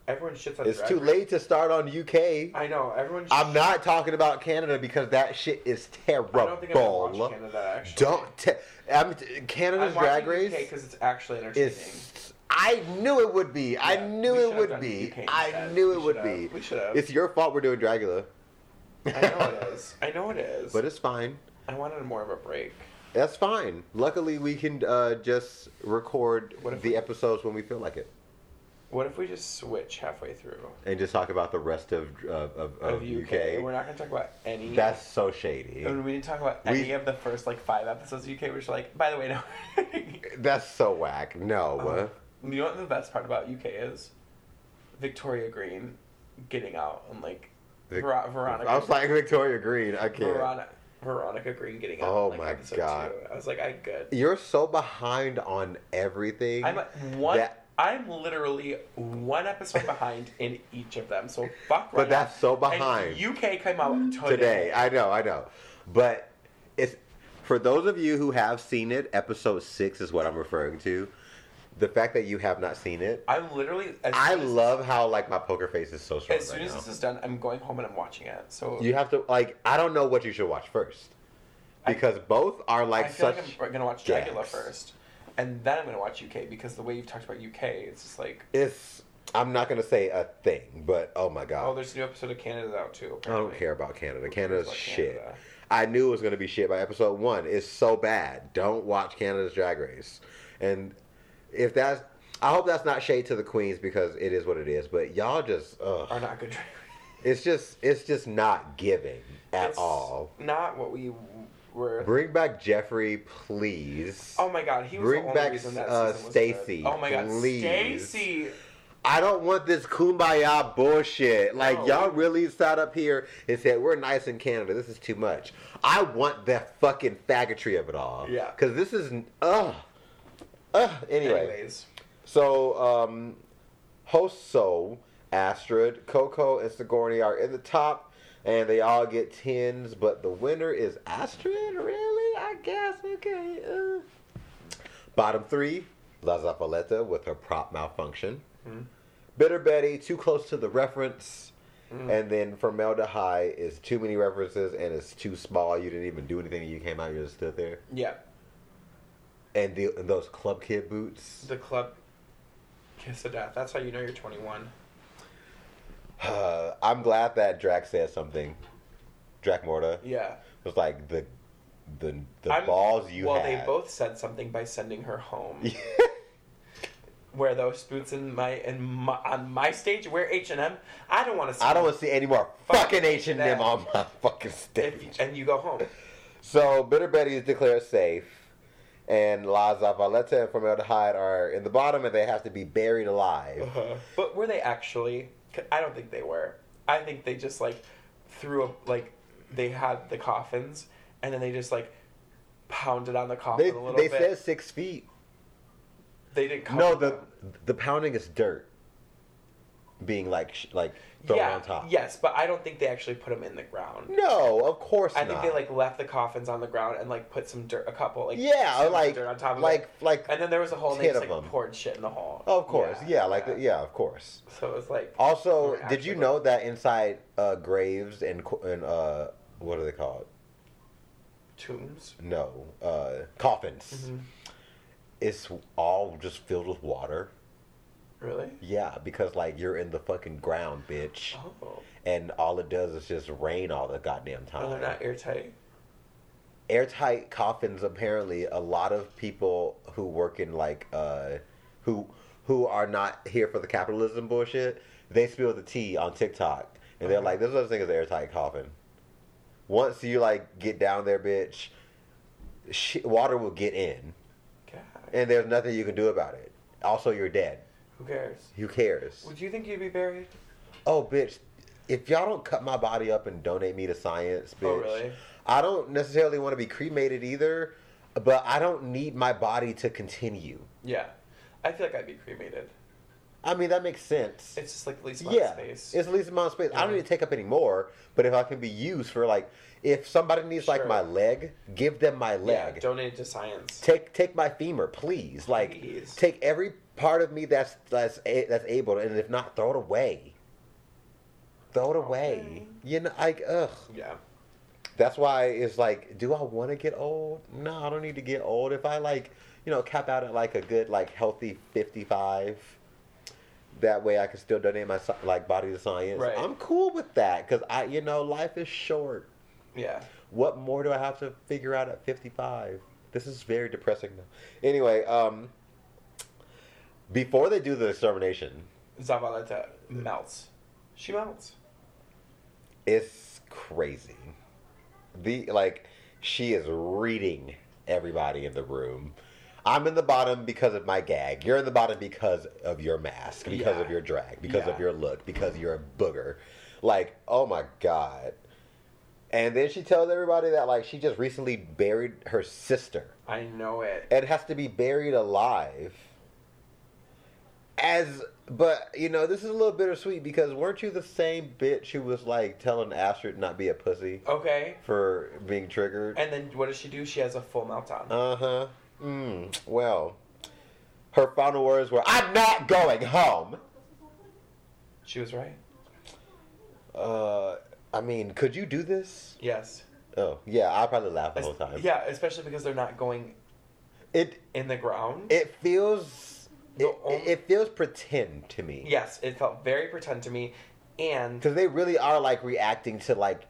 Speaker 2: everyone shits on.
Speaker 3: It's
Speaker 2: Drag
Speaker 3: too
Speaker 2: Race.
Speaker 3: late to start on UK.
Speaker 2: I know everyone.
Speaker 3: I'm not talking about Canada because that shit is terrible.
Speaker 2: I don't think I've watched Canada actually.
Speaker 3: Don't te- I'm t- Canada's
Speaker 2: I'm
Speaker 3: Drag Race
Speaker 2: because it's actually entertaining.
Speaker 3: is. I knew it would be. I
Speaker 2: Yeah,
Speaker 3: knew
Speaker 2: we
Speaker 3: it
Speaker 2: should've
Speaker 3: would
Speaker 2: done
Speaker 3: be.
Speaker 2: UK
Speaker 3: I
Speaker 2: instead.
Speaker 3: knew
Speaker 2: We
Speaker 3: it would
Speaker 2: should've.
Speaker 3: be.
Speaker 2: We should've.
Speaker 3: It's your fault we're doing Dragula,
Speaker 2: I know it is. I know it is.
Speaker 3: but it's fine.
Speaker 2: I wanted more of a break.
Speaker 3: That's fine. Luckily, we can uh, just record
Speaker 2: What if
Speaker 3: the
Speaker 2: we-
Speaker 3: episodes when we feel like it,
Speaker 2: What if we just switch halfway through
Speaker 3: and just talk about the rest of uh, of, of, of
Speaker 2: of
Speaker 3: UK.
Speaker 2: We're not gonna talk about any.
Speaker 3: Oh, That's so shady.
Speaker 2: And we didn't talk about
Speaker 3: We-
Speaker 2: any of the first like five episodes of UK, which like, by the way, no. *laughs*
Speaker 3: That's so whack. No.
Speaker 2: Uh-huh. you know what the best part about UK is? Victoria Green getting out and like
Speaker 3: Vic-
Speaker 2: Ver- Veronica.
Speaker 3: I was like Victoria Green. I can't.
Speaker 2: Veronica, Veronica Green getting out.
Speaker 3: Oh
Speaker 2: in, like,
Speaker 3: my
Speaker 2: episode
Speaker 3: God.
Speaker 2: two. I was like, I good.
Speaker 3: You're so behind on everything.
Speaker 2: I'm one.
Speaker 3: that-
Speaker 2: I'm literally one episode behind in each of them. So fuck.
Speaker 3: But
Speaker 2: right
Speaker 3: that's
Speaker 2: up.
Speaker 3: so
Speaker 2: And
Speaker 3: behind.
Speaker 2: UK came out today.
Speaker 3: today. I know, I know. But it's for those of you who have seen it, episode six is what I'm referring to. The fact that you have not seen it,
Speaker 2: I'm literally. As
Speaker 3: I
Speaker 2: soon as-
Speaker 3: love how like my poker face is so strong
Speaker 2: As soon
Speaker 3: right
Speaker 2: as
Speaker 3: now.
Speaker 2: this is done, I'm going home and I'm watching it. So
Speaker 3: You have to like. I don't know what you should watch first
Speaker 2: I-
Speaker 3: because both are like
Speaker 2: I feel
Speaker 3: such.
Speaker 2: like I'm gonna watch Dracula
Speaker 3: gags.
Speaker 2: first, and then I'm gonna watch UK because the way you've talked about UK, it's just like,
Speaker 3: It's. I'm not gonna say a thing, but oh my god.
Speaker 2: oh, there's a new episode of Canada's out too.
Speaker 3: I don't
Speaker 2: apparently.
Speaker 3: care about Canada. Canada's
Speaker 2: about
Speaker 3: shit.
Speaker 2: Canada?
Speaker 3: I knew it was going to be shit by episode one. It's so bad. Don't watch Canada's Drag Race. And if that's, I hope that's not shade to the queens because it is what it is. But y'all just,
Speaker 2: Are
Speaker 3: ugh.
Speaker 2: not good.
Speaker 3: it's just, it's just not giving at
Speaker 2: It's
Speaker 3: all.
Speaker 2: Not what we were.
Speaker 3: Bring back Jeffrey, please.
Speaker 2: Oh my god, he was
Speaker 3: Bring
Speaker 2: the only
Speaker 3: back,
Speaker 2: reason that
Speaker 3: uh,
Speaker 2: season was
Speaker 3: Stacey,
Speaker 2: good. Oh my god,
Speaker 3: please.
Speaker 2: Stacy.
Speaker 3: I don't want this kumbaya bullshit. Like
Speaker 2: No.
Speaker 3: y'all really sat up here and said we're nice in Canada. This is too much. I want the fucking faggotry of it all.
Speaker 2: Yeah.
Speaker 3: Because this is ugh. Ugh. Anyway.
Speaker 2: Anyways,
Speaker 3: So um, Hoso, Astrid, Coco, and Sigourney are in the top, and they all get tens. But the winner is Astrid. Really? I guess. Okay. uh. Bottom three: La Zapaleta with her prop malfunction. Bitter Betty, too close to the reference. And then formaldehyde is too many references and it's too small. You didn't even do anything. You came out, you just stood there.
Speaker 2: yeah,
Speaker 3: And, the, and those club kid boots.
Speaker 2: the club kiss of death. That's how you know you're 21.
Speaker 3: Uh, I'm glad that Drac said something. Drac Morta
Speaker 2: Yeah.
Speaker 3: was like the the the
Speaker 2: I'm-
Speaker 3: balls you
Speaker 2: Well,
Speaker 3: had.
Speaker 2: they both said something by sending her home. wear those boots in my in my, on my stage. Wear H and M. I don't want to.
Speaker 3: *laughs* I don't want to see any more
Speaker 2: Fuck
Speaker 3: fucking H and M
Speaker 2: that.
Speaker 3: on my fucking
Speaker 2: If,
Speaker 3: stage.
Speaker 2: and you go home.
Speaker 3: *laughs* So Bitter Betty is declared safe, and La Zavaleta and Formaldehyde are in the bottom, and they have to be buried alive.
Speaker 2: *laughs* But were they actually? 'Cause I don't think they were. I think they just like threw a like they had the coffins and then they just like pounded on the coffin
Speaker 3: They
Speaker 2: a little
Speaker 3: they
Speaker 2: bit.
Speaker 3: said six feet.
Speaker 2: they didn't cover
Speaker 3: No, the
Speaker 2: them.
Speaker 3: the pounding is dirt. being like sh- like thrown
Speaker 2: yeah,
Speaker 3: on top.
Speaker 2: Yes, but I don't think they actually put them in the ground.
Speaker 3: No, of course
Speaker 2: I
Speaker 3: not.
Speaker 2: think they like left the coffins on the ground and like put some dirt, a couple like
Speaker 3: yeah,
Speaker 2: some
Speaker 3: like
Speaker 2: dirt on top of
Speaker 3: like
Speaker 2: it.
Speaker 3: like
Speaker 2: And then there was a hole and they
Speaker 3: 10
Speaker 2: just
Speaker 3: of
Speaker 2: like
Speaker 3: them.
Speaker 2: poured shit in the hole.
Speaker 3: of course. Yeah, like yeah. of course.
Speaker 2: So it was like
Speaker 3: Also,
Speaker 2: Or
Speaker 3: did you
Speaker 2: actually-
Speaker 3: know that inside uh, graves and qu- and uh, what are they called?
Speaker 2: tombs.
Speaker 3: No, uh, coffins.
Speaker 2: Mm-hmm.
Speaker 3: It's all just filled with water.
Speaker 2: Really?
Speaker 3: Yeah, because like you're in the fucking ground, bitch,
Speaker 2: Oh.
Speaker 3: and all it does is just rain all the goddamn time.
Speaker 2: And they're not airtight.
Speaker 3: airtight coffins apparently a lot of people who work in like uh who who are not here for the capitalism bullshit they spill the tea on tiktok and they're
Speaker 2: Uh-huh.
Speaker 3: like there's no such thing as an airtight coffin once you like get down there bitch shit, water will get in
Speaker 2: God.
Speaker 3: and there's nothing you can do about it also you're dead
Speaker 2: Who cares?
Speaker 3: who cares
Speaker 2: Would you think you'd be buried?
Speaker 3: oh bitch if y'all don't cut my body up and donate me to science bitch
Speaker 2: Oh, really?
Speaker 3: I don't necessarily want to be cremated either, but I don't need my body to continue.
Speaker 2: Yeah. I feel like I'd be cremated.
Speaker 3: I mean, that makes sense.
Speaker 2: It's just like at least my
Speaker 3: yeah,
Speaker 2: space.
Speaker 3: it's the least amount of space. I don't
Speaker 2: Yeah.
Speaker 3: need to take up any more, but if I can be used for like, if somebody needs like
Speaker 2: Sure.
Speaker 3: my leg, give them my
Speaker 2: yeah,
Speaker 3: leg.
Speaker 2: donated to science.
Speaker 3: take take my femur, please. Like,
Speaker 2: Please.
Speaker 3: take every part of me that's that's a, that's able, to, and if not, throw it away. Throw it away.
Speaker 2: Okay.
Speaker 3: You know, like ugh.
Speaker 2: yeah.
Speaker 3: That's why it's like, do I want to get old? No, I don't need to get old. If I like, you know, cap out at like a good, like healthy fifty-five, that way I can still donate my sci- like body to science.
Speaker 2: Right.
Speaker 3: I'm cool with that because I, you know, life is short.
Speaker 2: Yeah.
Speaker 3: What more do I have to figure out at fifty-five? This is very depressing. Though. Anyway, um, before they do the extermination,
Speaker 2: Zavaleta melts. She melts.
Speaker 3: It's crazy. The like she is reading everybody in the room. I'm in the bottom because of my gag. You're in the bottom because of your mask, because
Speaker 2: Yeah.
Speaker 3: of your drag, because of
Speaker 2: Yeah.
Speaker 3: your look, because you're a booger. Like, oh my god. And then she tells everybody that like she just recently buried her sister
Speaker 2: I know it.
Speaker 3: and has to be buried alive. As but you know, this is a little bittersweet because weren't you the same bitch who was like telling Astrid not be a pussy
Speaker 2: Okay.
Speaker 3: for being triggered?
Speaker 2: And then what does she do? She has a full meltdown.
Speaker 3: Uh huh. Mm, well, her final words were, "I'm not going home."
Speaker 2: She was right.
Speaker 3: Uh, I mean, could you do this?
Speaker 2: Yes.
Speaker 3: Oh yeah, I probably laugh the
Speaker 2: Es-
Speaker 3: whole time.
Speaker 2: Yeah, especially because they're not going
Speaker 3: It
Speaker 2: in the ground.
Speaker 3: it feels
Speaker 2: The
Speaker 3: it,
Speaker 2: only-
Speaker 3: it feels pretend to me.
Speaker 2: yes, it felt very pretend to me. And
Speaker 3: because they really are like reacting to like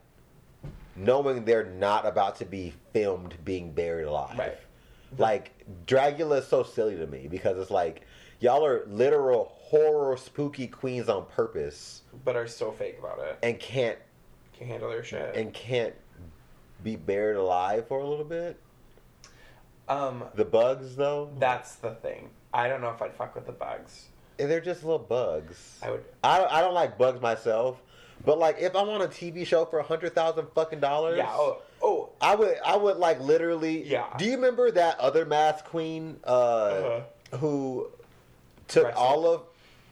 Speaker 3: knowing they're not about to be filmed being buried alive.
Speaker 2: Right.
Speaker 3: Like Dracula is so silly to me because it's like y'all are literal horror spooky queens on purpose
Speaker 2: but are so fake about it.
Speaker 3: and can't
Speaker 2: Can't handle their shit.
Speaker 3: and can't be buried alive for a little bit.
Speaker 2: um,
Speaker 3: The bugs though,
Speaker 2: that's the thing. I don't know if I'd fuck with the bugs.
Speaker 3: they're just little bugs.
Speaker 2: I would.
Speaker 3: I I don't like bugs myself, but like if I'm on a TV show for a hundred thousand fucking dollars,
Speaker 2: Yeah. Oh. oh
Speaker 3: I would I would like literally
Speaker 2: Yeah.
Speaker 3: Do you remember that other mask queen uh,
Speaker 2: Uh-huh.
Speaker 3: who took
Speaker 2: Wrestled.
Speaker 3: all of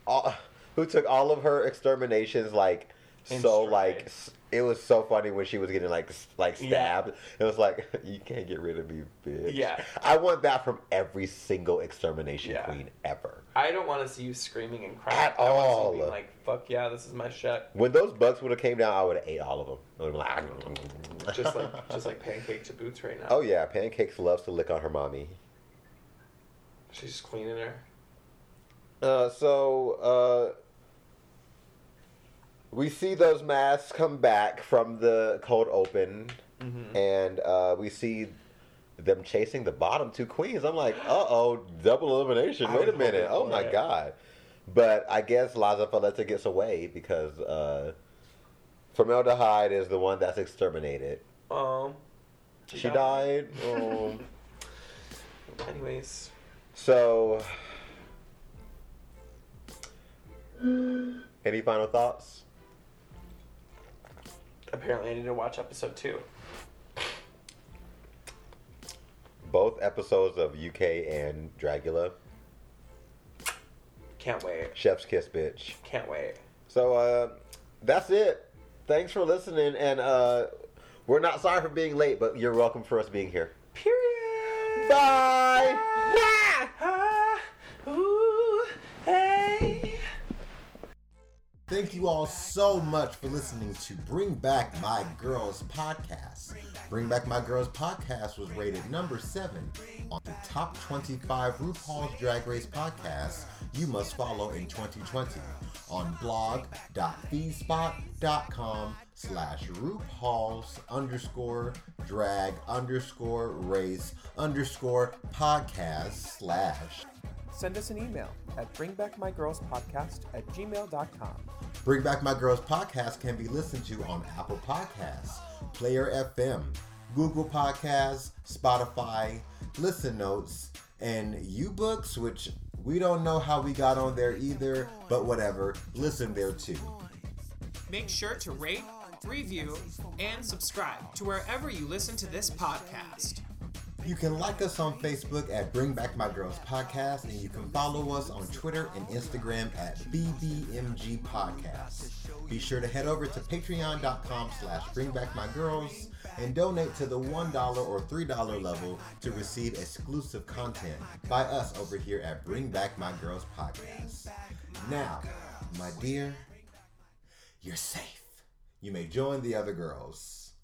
Speaker 3: all, who took all of her exterminations like
Speaker 2: In
Speaker 3: so
Speaker 2: stride.
Speaker 3: like s- it was so funny when she was getting like s- like
Speaker 2: Yeah.
Speaker 3: stabbed. It was like *laughs* you can't get rid of me, bitch.
Speaker 2: Yeah.
Speaker 3: I want that from every single extermination
Speaker 2: Yeah.
Speaker 3: queen ever.
Speaker 2: I don't want to see you screaming and crying.
Speaker 3: At
Speaker 2: I wanna see you
Speaker 3: all.
Speaker 2: being like, fuck yeah, this is my shit.
Speaker 3: When those bugs would have came down, I would have ate all of them. I would have been like, *laughs*
Speaker 2: Just like, just like pancake to boots right now.
Speaker 3: oh yeah, pancakes loves to lick on her mommy.
Speaker 2: She's cleaning her.
Speaker 3: Uh, so uh, we see those masks come back from the cold open,
Speaker 2: Mhm.
Speaker 3: and uh, we see them chasing the bottom two queens. I'm like, uh oh, double elimination.
Speaker 2: I
Speaker 3: Wait a
Speaker 2: was hoping
Speaker 3: minute. Oh
Speaker 2: for
Speaker 3: my
Speaker 2: it.
Speaker 3: god. But I guess Liza Paleta gets away because uh, formaldehyde is the one that's exterminated.
Speaker 2: Um.
Speaker 3: She, died.
Speaker 2: Oh.
Speaker 3: *laughs* Um,
Speaker 2: Anyways,
Speaker 3: so, any final thoughts?
Speaker 2: apparently I need to watch episode two.
Speaker 3: both episodes of UK and Dracula.
Speaker 2: Can't wait.
Speaker 3: Chef's kiss, bitch.
Speaker 2: Can't wait.
Speaker 4: So uh, that's it. Thanks for listening, and uh, we're not sorry for being late, but you're welcome for us being here.
Speaker 2: Period.
Speaker 4: Bye.
Speaker 2: Ah, ooh, hey.
Speaker 3: Thank you all so much for listening to Bring Back My Girls podcast. Bring Back My Girls podcast was rated number seven on the top 25 RuPaul's Drag Race podcasts you must follow in 2020 on blog.feedspot.com slash RuPaul's underscore drag underscore race underscore podcast slash
Speaker 2: Send us an email at bringbackmygirlspodcast at gmail.com.
Speaker 3: Bring Back My Girls podcast can be listened to on Apple Podcasts, Player FM, Google Podcasts, Spotify, Listen Notes, and UBooks, which we don't know how we got on there either, but whatever. Listen there too.
Speaker 5: Make sure to rate, review, and subscribe to wherever you listen to this podcast.
Speaker 3: You can like us on Facebook at Bring Back My Girls Podcast, and you can follow us on Twitter and Instagram at BBMG Podcast. Be sure to head over to patreon.com slash Bring Back My Girls and donate to the $1 or $3 level to receive exclusive content by us over here at Bring Back My Girls Podcast. Now, my dear, you're safe. You may join the other girls.